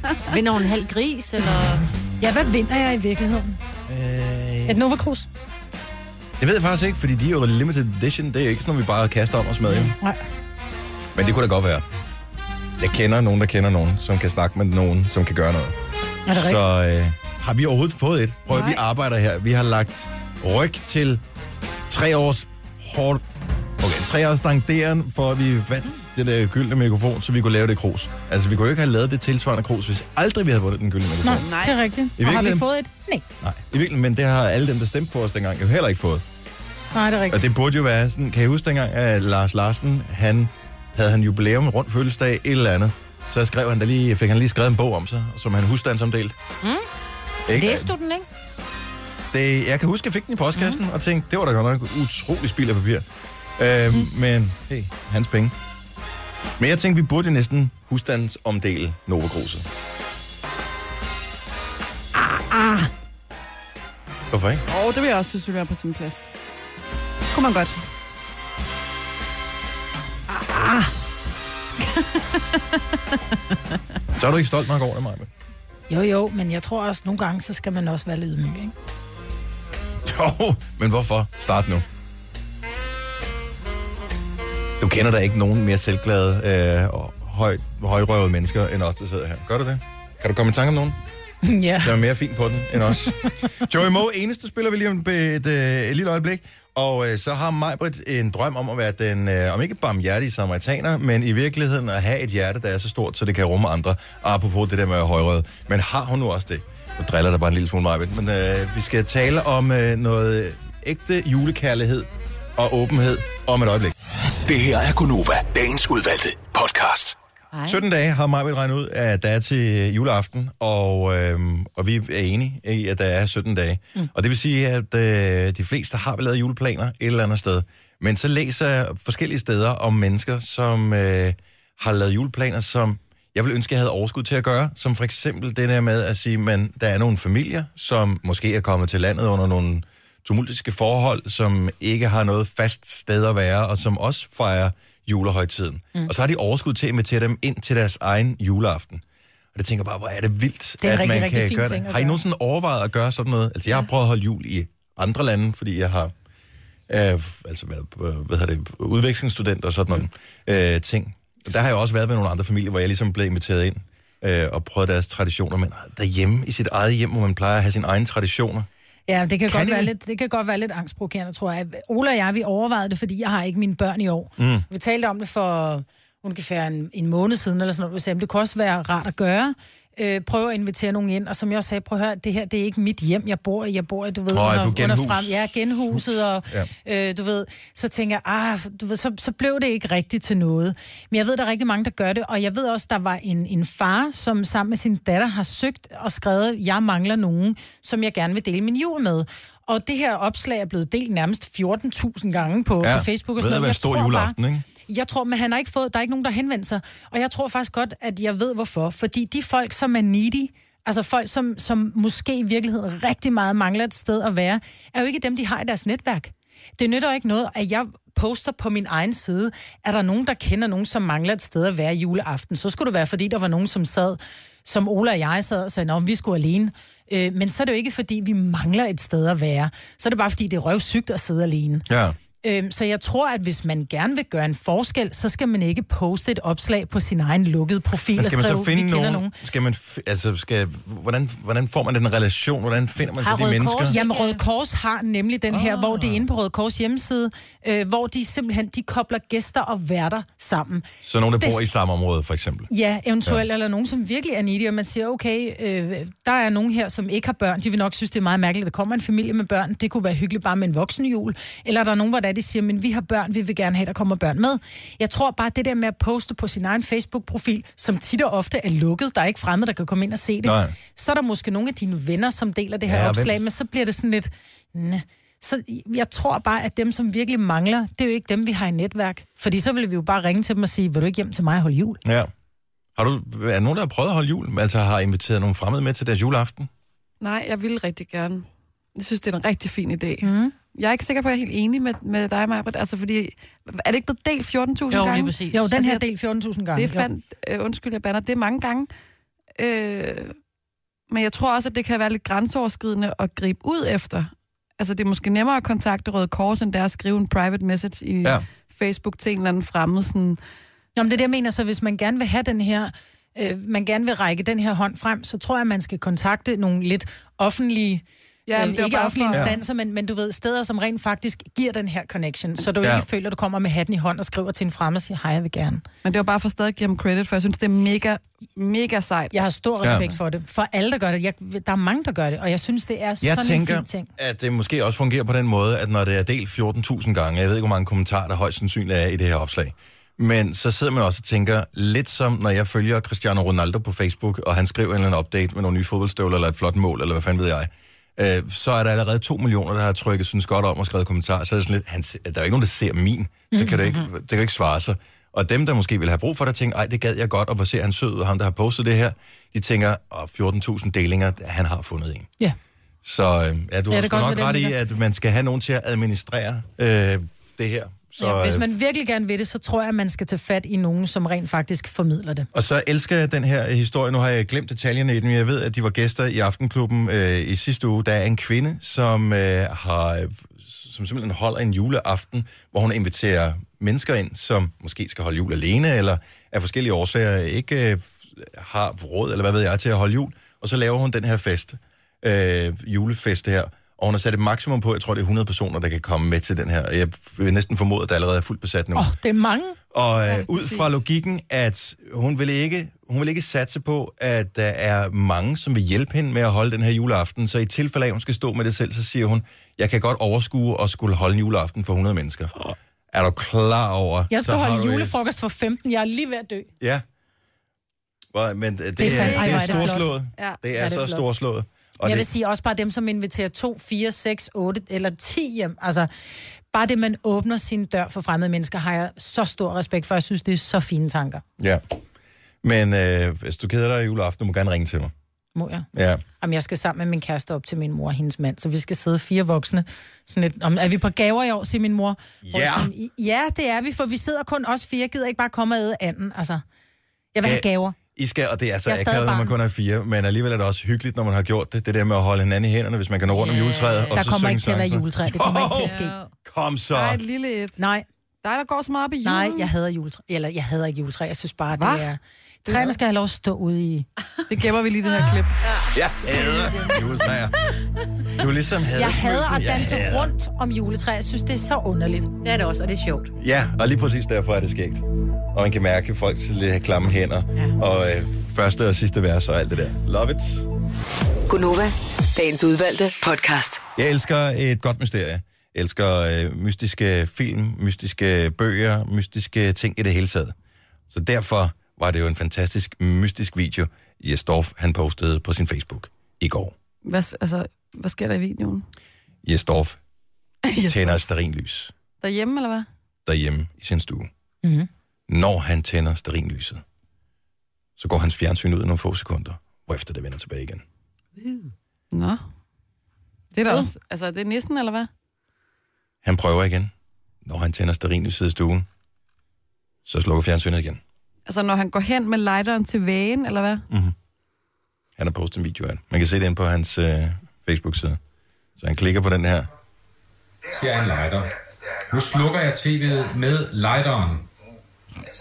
Speaker 3: [LAUGHS] Vinder hun en halv gris, eller... Ja, hvad vinder jeg i virkeligheden? Øh... Et Nova Cruz?
Speaker 1: Det ved jeg faktisk ikke, fordi de er jo limited edition. Det er ikke sådan, at vi bare kaster om og smadrer. hjem.
Speaker 3: Nej.
Speaker 1: Men det kunne da godt være. Jeg kender nogen, der kender nogen, som kan snakke med nogen, som kan gøre noget.
Speaker 3: Er det
Speaker 1: Så øh, har vi overhovedet fået et? Prøv at vi
Speaker 3: Nej.
Speaker 1: arbejder her. Vi har lagt ryg til tre års hårdt... Okay, tre års dangderen, for at vi vandt det der gyldne mikrofon, så vi kunne lave det krus. Altså, vi kunne jo ikke have lavet det tilsvarende krus, hvis aldrig vi havde vundet den gyldne mikrofon.
Speaker 3: Nej, Nej, det er rigtigt.
Speaker 1: I
Speaker 3: Og har vi
Speaker 1: virkeligheden-
Speaker 3: fået et? Nej.
Speaker 1: Nej, i virkeligheden, men det har alle dem, der stemte på os dengang, jo heller ikke fået.
Speaker 3: Nej, det er
Speaker 1: Og
Speaker 3: rigtigt.
Speaker 1: det burde jo være sådan, kan I huske dengang, at Lars Larsen, han havde han jubilæum, rundt fødselsdag, et eller andet. Så skrev han der lige, fik han lige skrevet en bog om sig, som han husstandsomdelt. Mm.
Speaker 2: Læste du den, ikke?
Speaker 1: Det, jeg kan huske, at jeg fik den i postkassen mm. og tænkte, det var da godt nok utrolig spild af papir. Øh, mm. Men hey, hans penge. Men jeg tænkte, vi burde jo næsten husstandsomdele Nova Cruiset. Ah, ah. Hvorfor ikke?
Speaker 4: Åh, oh, det vil jeg også synes, ville være på sin plads. Kunne man godt.
Speaker 1: Så er du ikke stolt nok over det, Maja.
Speaker 3: Jo, jo, men jeg tror også, nogle gange, så skal man også være lidt ydmyg, ikke?
Speaker 1: Jo, men hvorfor? Start nu. Du kender da ikke nogen mere selvglade øh, og høj, højrøvede mennesker end os, der sidder her. Gør du det? Kan du komme i tanke om nogen,
Speaker 7: [LAUGHS]
Speaker 3: ja.
Speaker 1: der er mere fin på den end os? Joey Moe, eneste spiller vi lige om et, et, øh, et lille øjeblik. Og øh, så har Majbrit en drøm om at være den, øh, om ikke barmhjertige samaritaner, men i virkeligheden at have et hjerte, der er så stort, så det kan rumme andre. Og apropos det der med at være højrøvet. Men har hun nu også det? Nu driller der bare en lille smule Majbrit. Men øh, vi skal tale om øh, noget ægte julekærlighed og åbenhed om et øjeblik.
Speaker 5: Det her er Gunova, dagens udvalgte podcast.
Speaker 1: 17 dage har Majbrit regnet ud, at der er til juleaften, og, øhm, og vi er enige i, at der er 17 dage. Mm. Og det vil sige, at øh, de fleste har vel lavet juleplaner et eller andet sted. Men så læser jeg forskellige steder om mennesker, som øh, har lavet juleplaner, som jeg ville ønske, jeg havde overskud til at gøre. Som for eksempel det der med at sige, men der er nogle familier, som måske er kommet til landet under nogle tumultiske forhold, som ikke har noget fast sted at være, og som også fejrer julehøjtiden. Mm. Og så har de overskud til at invitere dem ind til deres egen juleaften. Og det tænker jeg bare, hvor er det vildt,
Speaker 3: Det er en
Speaker 1: at
Speaker 3: rigtig,
Speaker 1: man
Speaker 3: rigtig
Speaker 1: kan
Speaker 3: fin
Speaker 1: gøre
Speaker 3: ting
Speaker 1: det.
Speaker 3: at
Speaker 1: Har I
Speaker 3: gøre.
Speaker 1: nogensinde overvejet at gøre sådan noget? Altså, jeg har prøvet at holde jul i andre lande, fordi jeg har øh, altså været, øh, hvad hedder det, udvekslingsstudent og sådan nogle øh, ting. Og Der har jeg også været ved nogle andre familier, hvor jeg ligesom blev inviteret ind øh, og prøvet deres traditioner. Men derhjemme, i sit eget hjem, hvor man plejer at have sine egne traditioner.
Speaker 3: Ja, det kan,
Speaker 1: Kan
Speaker 3: kan godt
Speaker 1: I
Speaker 3: være
Speaker 1: det?
Speaker 3: lidt, det kan godt være lidt angstprovokerende, tror jeg. Ola og jeg, vi overvejede det, fordi jeg har ikke mine børn i år. Mm. Vi talte om det for ungefær en, en måned siden, eller sådan noget. Vi sagde, "Men det kunne også være rart at gøre. Øh, prøv at invitere nogen ind, og som jeg også sagde, prøv at høre, det her, det er ikke mit hjem, jeg bor i. Jeg bor i, du ved,
Speaker 1: Nå, ja, du er genhus.
Speaker 3: Ja, genhuset, og ja. Øh, du ved, så tænker jeg, ah, du ved, så, så blev det ikke rigtigt til noget. Men jeg ved, der er rigtig mange, der gør det, og jeg ved også, der var en, en far, som sammen med sin datter har søgt og skrevet, jeg mangler nogen, som jeg gerne vil dele min jul med. Og det her opslag er blevet delt nærmest 14.000 gange på, ja. på Facebook. Og
Speaker 1: ved
Speaker 3: sådan
Speaker 1: at være
Speaker 3: noget.
Speaker 1: en stor juleaften, ikke?
Speaker 3: Jeg tror, men han har ikke fået, der er ikke nogen, der henvender sig. Og jeg tror faktisk godt, at jeg ved hvorfor. Fordi de folk, som er needy, altså folk, som, som måske i virkeligheden rigtig meget mangler et sted at være, er jo ikke dem, de har i deres netværk. Det nytter ikke noget, at jeg poster på min egen side, er der nogen, der kender nogen, som mangler et sted at være juleaften, så skulle det være, fordi der var nogen, som sad, som Ola og jeg sad og sagde, om vi skulle alene. Øh, men så er det jo ikke, fordi vi mangler et sted at være. Så er det bare, fordi det er røvsygt at sidde alene.
Speaker 1: Ja.
Speaker 3: Øhm, så jeg tror, at hvis man gerne vil gøre en forskel, så skal man ikke poste et opslag på sin egen lukkede profil
Speaker 1: Men skal
Speaker 3: og
Speaker 1: man
Speaker 3: skrive,
Speaker 1: så finde
Speaker 3: vi kender
Speaker 1: nogen,
Speaker 3: nogen.
Speaker 1: Skal man, f- altså, skal, hvordan, hvordan får man den relation? Hvordan finder man så de mennesker? Ah.
Speaker 3: Jamen, Røde Kors har nemlig den her, hvor det er inde på Røde Kors hjemmeside, øh, hvor de simpelthen de kobler gæster og værter sammen.
Speaker 1: Så nogen, der
Speaker 3: Det-
Speaker 1: bor i samme område, for eksempel.
Speaker 3: Ja, eventuelt, ja. eller nogen, som virkelig er needy, og man siger, okay, øh, der er nogen her, som ikke har børn, de vil nok synes, det er meget mærkeligt, at der kommer en familie med børn, det kunne være hyggeligt bare med en voksenjul, eller der er nogen, hvor der er, de siger, men vi har børn, vi vil gerne have, der kommer børn med. Jeg tror bare, det der med at poste på sin egen Facebook-profil, som tit og ofte er lukket, der er ikke fremmede, der kan komme ind og se det,
Speaker 1: Nej.
Speaker 3: så er der måske nogle af dine venner, som deler det her
Speaker 1: Ja,
Speaker 3: ja,
Speaker 1: og
Speaker 3: opslag,
Speaker 1: hvem-
Speaker 3: men så bliver det sådan lidt, næh. Så jeg tror bare, at dem, som virkelig mangler, det er jo ikke dem, vi har i netværk. Fordi så ville vi jo bare ringe til dem og sige, vil du ikke hjem til mig og holde jul?
Speaker 1: Ja. Har du, er der nogen, der har prøvet at holde jul? Altså har inviteret nogle fremmede med til deres juleaften?
Speaker 4: Nej, jeg ville rigtig gerne. Jeg synes, det er en rigtig fin idé. Mm. Jeg er ikke sikker på, at jeg er helt enig med, med dig, Marbert. Altså, fordi... Er det ikke blevet delt 14.000
Speaker 2: Jo,
Speaker 4: gange?
Speaker 2: lige præcis.
Speaker 3: Jo, den
Speaker 4: Altså,
Speaker 3: her
Speaker 4: jeg-
Speaker 3: del 14.000 gange.
Speaker 4: Det er fandt, øh, undskyld, jeg banner, det er mange gange. Øh, men jeg tror også, at det kan være lidt grænseoverskridende at gribe ud efter. Altså, det er måske nemmere at kontakte Røde Kors, end det er at skrive en private message i
Speaker 1: Ja.
Speaker 4: ja. Facebook til en eller anden fremmed. Sådan,
Speaker 3: Nå, men det er det, jeg mener, så hvis man gerne vil have den her, øh, man gerne vil række den her hånd frem, så tror jeg, man skal kontakte nogle lidt offentlige,
Speaker 4: Ja,
Speaker 3: ja,
Speaker 4: men det
Speaker 3: øh,
Speaker 4: er jo
Speaker 3: ikke
Speaker 4: bare
Speaker 3: offentlige
Speaker 4: for-
Speaker 3: instanser, men, men du ved, steder, som rent faktisk giver den her connection, så du
Speaker 1: Ja.
Speaker 3: ja. ikke føler, at du kommer med hatten i hånd og skriver til en fremmed og siger, hej, jeg vil gerne.
Speaker 4: men det var bare for stadig at give ham credit, for jeg synes, det er mega, mega sejt.
Speaker 3: Jeg har stor
Speaker 1: Ja.
Speaker 3: respekt ja. for det. For alle, der gør det. Jeg, der er mange, der gør det, og jeg synes, det er
Speaker 1: Jeg
Speaker 3: sådan en
Speaker 1: tænker,
Speaker 3: fin ting.
Speaker 1: at det måske også fungerer på den måde, at når det er delt 14.000 gange, jeg ved ikke, hvor mange kommentarer, der højst sandsynligt er i det her opslag, men så sidder man også og tænker, lidt som når jeg følger Cristiano Ronaldo på Facebook, og han skriver en eller anden update med nogle nye fodboldstøvler, eller et flot mål, eller hvad fanden ved jeg, øh, så er der allerede to millioner, der har trykket, synes godt om og skrevet kommentarer, så er det sådan lidt, han, se- der er jo ikke nogen, der ser min, så kan det ikke,
Speaker 3: Mhm.
Speaker 1: det kan jo ikke svare sig. Og dem, der måske vil have brug for det, tænker, ej, det gad jeg godt, og hvor ser han sød ud, ham der har postet det her, de tænker, åh, 14.000 delinger, han har fundet en.
Speaker 3: Ja.
Speaker 1: Så øh, ja,
Speaker 3: Ja,
Speaker 1: du ja,
Speaker 3: det
Speaker 1: har
Speaker 3: kan
Speaker 1: sgu
Speaker 3: også
Speaker 1: nok
Speaker 3: være
Speaker 1: ret
Speaker 3: det,
Speaker 1: i,
Speaker 3: jeg
Speaker 1: at man skal have nogen til at administrere øh, det her. Så,
Speaker 3: ja. Hvis
Speaker 1: øh,
Speaker 3: man virkelig gerne vil det, så tror jeg, man skal tage fat i nogen, som rent faktisk formidler det.
Speaker 1: Og så elsker jeg den her historie. Nu har jeg glemt detaljerne i den, men jeg ved, at de var gæster i Aftenklubben øh, i sidste uge. Der er en kvinde, som, øh, har, som simpelthen holder en juleaften, hvor hun inviterer mennesker ind, som måske skal holde jul alene, eller af forskellige årsager ikke øh, har råd, eller hvad ved jeg, til at holde jul. Og så laver hun den her fest, øh, julefest her, og hun har sat et maksimum på, jeg tror, det er 100 personer, der kan komme med til den her. Jeg vil næsten formode, at der allerede er fuldt besat nu.
Speaker 3: Åh, oh, det er mange.
Speaker 1: Og øh, ud fra logikken, at hun vil, ikke, hun vil ikke satse på, at der er mange, som vil hjælpe hende med at holde den her juleaften. Så i tilfælde af, at hun skal stå med det selv, så siger hun, jeg kan godt overskue at skulle holde en juleaften for 100 mennesker. Er du klar over?
Speaker 3: Jeg
Speaker 1: så
Speaker 3: skal
Speaker 1: har
Speaker 3: holde
Speaker 1: du et-
Speaker 3: julefrokost for 15. Jeg er lige ved at dø.
Speaker 1: Ja. Hvor- Men det, det
Speaker 3: fandme-
Speaker 1: er,
Speaker 3: Ej,
Speaker 1: det
Speaker 3: hvor er
Speaker 1: er
Speaker 3: det flot.
Speaker 1: storslået.
Speaker 4: Ja,
Speaker 1: Det
Speaker 3: hvor
Speaker 1: er
Speaker 3: er det
Speaker 1: så
Speaker 3: flot.
Speaker 1: storslået.
Speaker 3: Og
Speaker 1: Og
Speaker 3: jeg vil
Speaker 1: det,
Speaker 3: sige også bare dem, som inviterer 2, 4, 6, 8 eller 10 hjem. Altså, bare det, man åbner sin dør for fremmede mennesker, har jeg så stor respekt for. Jeg synes, det er så fine tanker.
Speaker 1: ja. Men øh, hvis du keder dig i juleaften, du må gerne ringe til mig.
Speaker 3: Må jeg?
Speaker 1: Ja.
Speaker 3: Om jeg skal sammen med min kæreste op til min mor og hendes mand, så vi skal sidde fire voksne. Sådan lidt, om, er vi på gaver i år, siger min mor. Hvor jeg
Speaker 1: Ja.
Speaker 3: sådan, "I- ja, det er vi, for vi sidder kun os fire. Jeg gider ikke bare komme og æde anden. Altså, jeg vil
Speaker 1: Ja.
Speaker 3: have gaver.
Speaker 1: I skal, og det er så
Speaker 3: Jeg er stadig
Speaker 1: akavet, når man
Speaker 3: barn.
Speaker 1: kun er fire, men alligevel er det også hyggeligt, når man har gjort det. Det der med at holde hinanden i hænderne, hvis man kan nå rundt om juletræet. og
Speaker 3: Der
Speaker 1: så
Speaker 3: kommer
Speaker 1: synge
Speaker 3: ikke til at være
Speaker 1: sange for-
Speaker 3: juletræ. Det kommer ikke til at ske.
Speaker 1: Kom så.
Speaker 4: Ej, et lille et.
Speaker 3: Nej,
Speaker 4: Dig, der går så meget op i julen.
Speaker 3: nej, jeg hader juletræ. Eller jeg hader ikke juletræ. Jeg synes bare,
Speaker 4: Hva?
Speaker 3: det er... Træerne skal have lov at stå ude i
Speaker 4: Det gemmer vi lige i det her klip.
Speaker 1: Jeg hader juletræer. Du er ligesom hader.
Speaker 3: Jeg hader at danse
Speaker 1: hader.
Speaker 3: rundt om juletræer. Jeg synes, det er så underligt.
Speaker 2: Det er det også, og det er sjovt.
Speaker 1: Ja, og lige præcis derfor er det skægt. Og man kan mærke at folk lidt have klamme hænder. Ja. Og øh, første og sidste vers og alt det der. Love it.
Speaker 7: Gunova, dagens udvalgte podcast.
Speaker 1: Jeg elsker et godt mysterie. Jeg elsker øh, mystiske film, mystiske bøger, mystiske ting i det hele taget. Så derfor var det jo en fantastisk mystisk video, Jes Dorf, han postede på sin Facebook i går.
Speaker 4: Hvad, s- altså, hvad sker der i videoen?
Speaker 1: Jes Dorf
Speaker 4: Jes
Speaker 1: tænder et sterinlys
Speaker 4: Derhjemme, eller hvad?
Speaker 1: derhjemme i sin stue. Mm-hmm. Når han tænder sterinlyset, så går hans fjernsyn ud i nogle få sekunder, hvorefter det vender tilbage igen.
Speaker 4: Nå. Det er da også, altså, det er nissen, eller hvad?
Speaker 1: Han prøver igen. Når han tænder stearinlyset i stuen, så slukker fjernsynet igen.
Speaker 4: Altså, når han går hen med lighteren til vægen, eller hvad?
Speaker 1: Mm-hmm. Han har postet en video af det. Man kan se det inde på hans øh, Facebook-side. Så han klikker på den her.
Speaker 12: Her er en lighter. Nu slukker jeg tv'et med lighteren.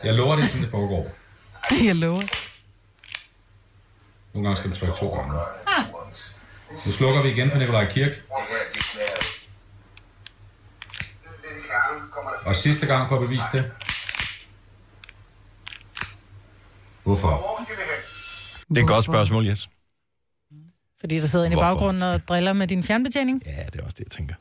Speaker 12: Jeg lover det, er sådan det foregår.
Speaker 3: [LAUGHS]
Speaker 4: Jeg lover.
Speaker 12: Nogle gange skal du trykke to gange. Nu slukker vi igen for Nikolaj Kirk. Og sidste gang for at bevise det. Hvorfor?
Speaker 1: Det er et godt spørgsmål, yes.
Speaker 3: Fordi der sidder en i
Speaker 1: Hvorfor?
Speaker 3: baggrunden og driller med din fjernbetjening.
Speaker 1: Ja, det er også det, jeg tænker.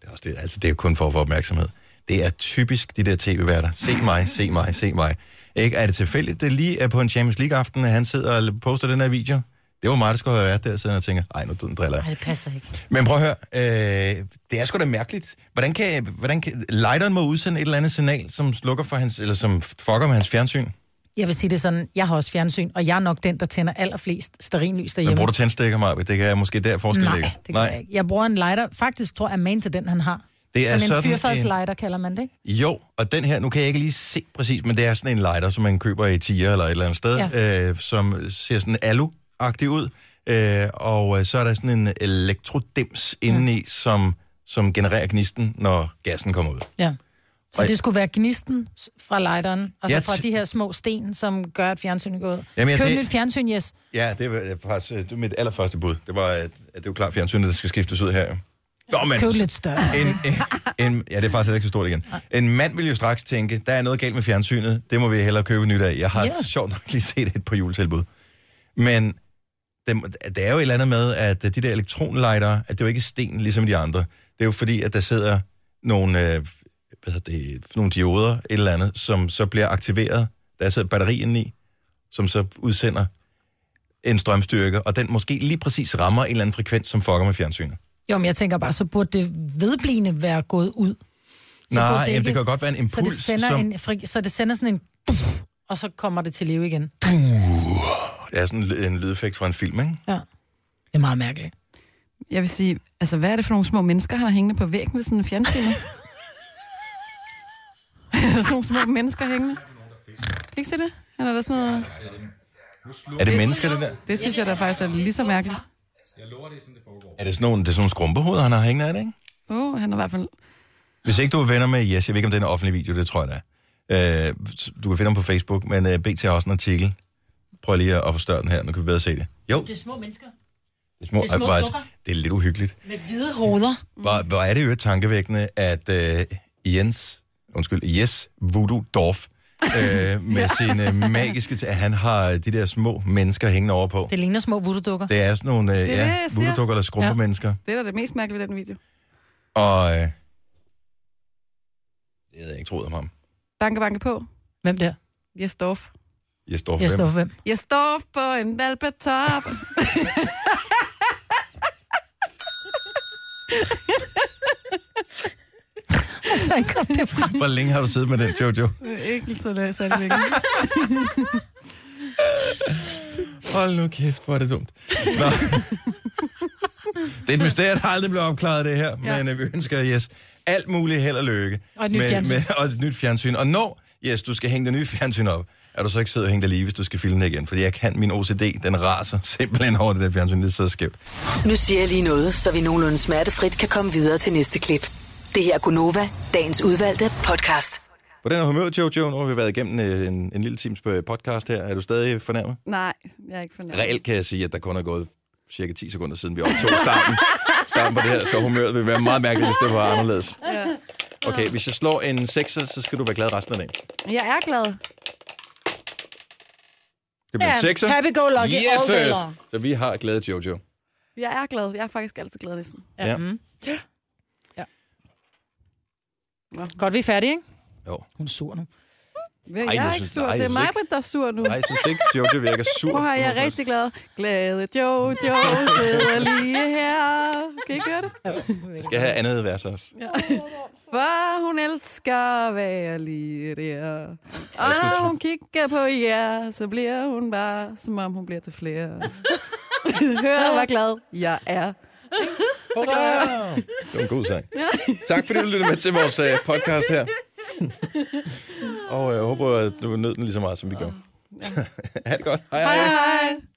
Speaker 1: Det er, også det, altså, det er jo kun for at få opmærksomhed. Det er typisk de der tv-værter. Se mig, se mig, se mig. Ikke? Er det tilfældigt, det lige er på en Champions League-aften, at han sidder og poster den her video? Det var mig, der skulle have været der, siden og tænker, ej, nu den driller jeg.
Speaker 2: Nej, det passer ikke.
Speaker 1: Men prøv at høre, øh, det er sgu da mærkeligt. Hvordan kan, hvordan kan lighteren må udsende et eller andet signal, som slukker for hans, eller som fucker med hans fjernsyn?
Speaker 3: Jeg vil sige det sådan, jeg har også fjernsyn, og jeg er nok den, der tænder allerflest sterinlys
Speaker 1: Men
Speaker 3: derhjemme.
Speaker 1: bruger du tændstikker, Maja? Det kan jeg måske der forskel
Speaker 3: Nej,
Speaker 1: ligge.
Speaker 3: det kan jeg ikke. Jeg bruger en lighter. Faktisk tror jeg, at man til den, han har.
Speaker 1: Det er
Speaker 3: sådan en
Speaker 1: sådan
Speaker 3: fyrfadslighter, kalder man det, ikke?
Speaker 1: Jo, og den her, nu kan jeg ikke lige se præcis, men det er sådan en lighter, som man køber i tiger eller et eller andet sted, ja. øh, som ser sådan alu-agtig ud, øh, og øh, så er der sådan en elektrodims indeni, som, som genererer gnisten, når gassen kommer ud.
Speaker 3: Ja. Så
Speaker 1: Og-
Speaker 3: det skulle være gnisten s- fra lighteren, og så
Speaker 1: Jeg
Speaker 3: fra
Speaker 1: t-
Speaker 3: de her små sten, som gør, at fjernsynet går ud.
Speaker 1: Jamen,
Speaker 3: Jamen,
Speaker 1: jeg-
Speaker 3: Køb
Speaker 1: det-
Speaker 3: det... nyt fjernsyn, yes.
Speaker 1: Ja, det var øh, faktisk øh, det var mit allerførste bud. Det var, øh, at, at det var klart fjernsynet, der skal skiftes ud her. jo. Nå, men,
Speaker 3: Køb lidt større.
Speaker 1: En, en, en, ja, det er faktisk ikke så stort igen. En mand vil jo straks tænke, der er noget galt med fjernsynet, det må vi hellere købe nyt af. Jeg har
Speaker 3: Ja.
Speaker 1: yeah. sjovt nok lige set et på juletilbud. Men det, det er jo et eller andet med, at de der elektronlighter, at det er jo ikke er sten ligesom de andre. Det er jo fordi, at der sidder nogle, øh, hvad hedder det, nogle dioder, et eller andet, som så bliver aktiveret. Der sidder batterien i, som så udsender en strømstyrke, og den måske lige præcis rammer en eller anden frekvens, som fucker med fjernsynet.
Speaker 3: Jo, men jeg tænker bare, så burde det vedblivende være gået ud. Så
Speaker 1: Nej,
Speaker 3: burde
Speaker 1: jamen,
Speaker 3: ikke-
Speaker 1: det kan godt være en
Speaker 3: så det
Speaker 1: impuls,
Speaker 3: sender,
Speaker 1: som-
Speaker 3: en, fri- så det sender sådan en... [LAUGHS] Og så kommer det til live igen. Det
Speaker 1: Det er sådan en ly- en lydeffekt fra en film, ikke?
Speaker 3: er meget mærkeligt.
Speaker 4: Jeg vil sige, altså, hvad er det for nogle små mennesker, han har hængende på væggen ved sådan en fjernsyn?
Speaker 3: [LAUGHS]
Speaker 4: [LAUGHS] er der sådan nogle små mennesker hængende? Kan I ikke se det? Han er der sådan noget...
Speaker 1: Er det mennesker, det der?
Speaker 4: Det synes jeg, der faktisk er lige så mærkeligt.
Speaker 1: Er det sådan nogle, det er sådan nogle skrumpehoveder, han har hængende af det, ikke?
Speaker 4: Åh, oh, han er i hvert fald...
Speaker 1: Hvis ikke du er venner med Yes, jeg ved ikke, om det er en offentlig video, det tror jeg da. Øh, du kan finde ham på Facebook, men øh, BT har også en artikel. Prøv lige at at forstørre den her, nu kan vi bedre se det. Jo,
Speaker 2: Det er små mennesker
Speaker 1: det er, små,
Speaker 2: det er små
Speaker 1: bare-
Speaker 2: dukker.
Speaker 1: det er lidt uhyggeligt.
Speaker 2: med hvide hoveder.
Speaker 1: Hvor, hvor er det jo tankevækkende, at øh, Jens, undskyld, Yes Voodoo Dorf,
Speaker 4: [LAUGHS]
Speaker 1: øh, med sine magiske... T- han har de der små mennesker hængende over på.
Speaker 3: Det ligner små voodoo-dukker.
Speaker 1: Det er sådan nogle øh,
Speaker 4: Det er det,
Speaker 1: ja,
Speaker 4: jeg siger.
Speaker 1: voodoo-dukker, der skrumper ja.
Speaker 3: Ja.
Speaker 1: mennesker.
Speaker 4: Det er da det mest mærkelige ved den video.
Speaker 1: Og... Øh, det havde jeg ikke troet om ham.
Speaker 4: Banke, banke på.
Speaker 3: Hvem der?
Speaker 4: Jeg stof.
Speaker 1: Jeg står for
Speaker 3: Jeg står
Speaker 1: hvem?
Speaker 3: for hvem?
Speaker 4: Jeg står på en [LAUGHS] alpetop.
Speaker 3: Hvordan kom det fra?
Speaker 1: Hvor længe har du siddet med den, Jojo?
Speaker 4: Ikke så det, så er det
Speaker 1: [LAUGHS]
Speaker 4: ikke.
Speaker 1: Hold nu kæft, hvor er det dumt. Nå. det er et mysterium, der aldrig bliver opklaret, det her. Ja. Men øh, vi ønsker Jes alt muligt held og lykke.
Speaker 3: Og et nyt
Speaker 1: med,
Speaker 3: fjernsyn.
Speaker 1: Med, og et nyt fjernsyn. Og når, Jes, du skal hænge det nye fjernsyn op, er du så ikke sød at hænge det lige, hvis du skal filme det igen. Fordi jeg kan, min OCD, den raser [LAUGHS] simpelthen over det der fjernsyn, det sidder skævt.
Speaker 7: Nu siger jeg lige noget, så vi nogenlunde smertefrit kan komme videre til næste klip. Det her er Gunova, dagens udvalgte podcast.
Speaker 1: På den her humør, Jojo, nu har vi været igennem øh, en, en lille times øh, podcast her. Er du stadig fornærmet?
Speaker 4: Nej, jeg er ikke fornærmet.
Speaker 1: Reelt kan jeg sige, at der kun er gået cirka 10 sekunder siden, vi optog starten, starten på det her, så humøret vil være meget mærkeligt, hvis det var anderledes. Okay, hvis jeg slår en 6'er, så skal du være glad resten af dagen.
Speaker 4: Jeg er glad.
Speaker 1: Det bliver
Speaker 4: Ja,
Speaker 1: en 6'er.
Speaker 3: happy go lucky all day
Speaker 1: yes.
Speaker 3: long.
Speaker 1: Så vi har glæde, Jojo.
Speaker 4: Jeg er glad. Jeg er faktisk altid glad næsten.
Speaker 1: Ja.
Speaker 3: Godt, vi er færdige, ikke?
Speaker 1: Jo.
Speaker 3: Hun er sur nu.
Speaker 4: Jeg
Speaker 1: Ej, jeg
Speaker 4: er ikke
Speaker 1: synes-
Speaker 4: sur.
Speaker 1: ej,
Speaker 4: Det er
Speaker 1: jeg synes
Speaker 4: mig,
Speaker 1: ikke-
Speaker 4: der er sur nu.
Speaker 1: Nej, jeg synes ikke, Jojo virker sur.
Speaker 4: Prøv her, jeg er rigtig glad. Glade Jojo sidder lige her. Kan I gøre det?
Speaker 1: Skal jeg have andet vers også?
Speaker 4: For hun elsker at være lige der. Og når hun kigger på jer, så bliver hun
Speaker 1: [LAUGHS]
Speaker 4: bare, som om hun bliver til flere. Hør, hvor glad jeg er.
Speaker 1: Hurra! Det var en god sang. Tak fordi du lyttede med til vores øh, podcast her. øh, Og jeg håber, at du nød den lige så meget, som vi gjorde. [LAUGHS] ha' det godt. Hej hej.
Speaker 4: Hej, hej.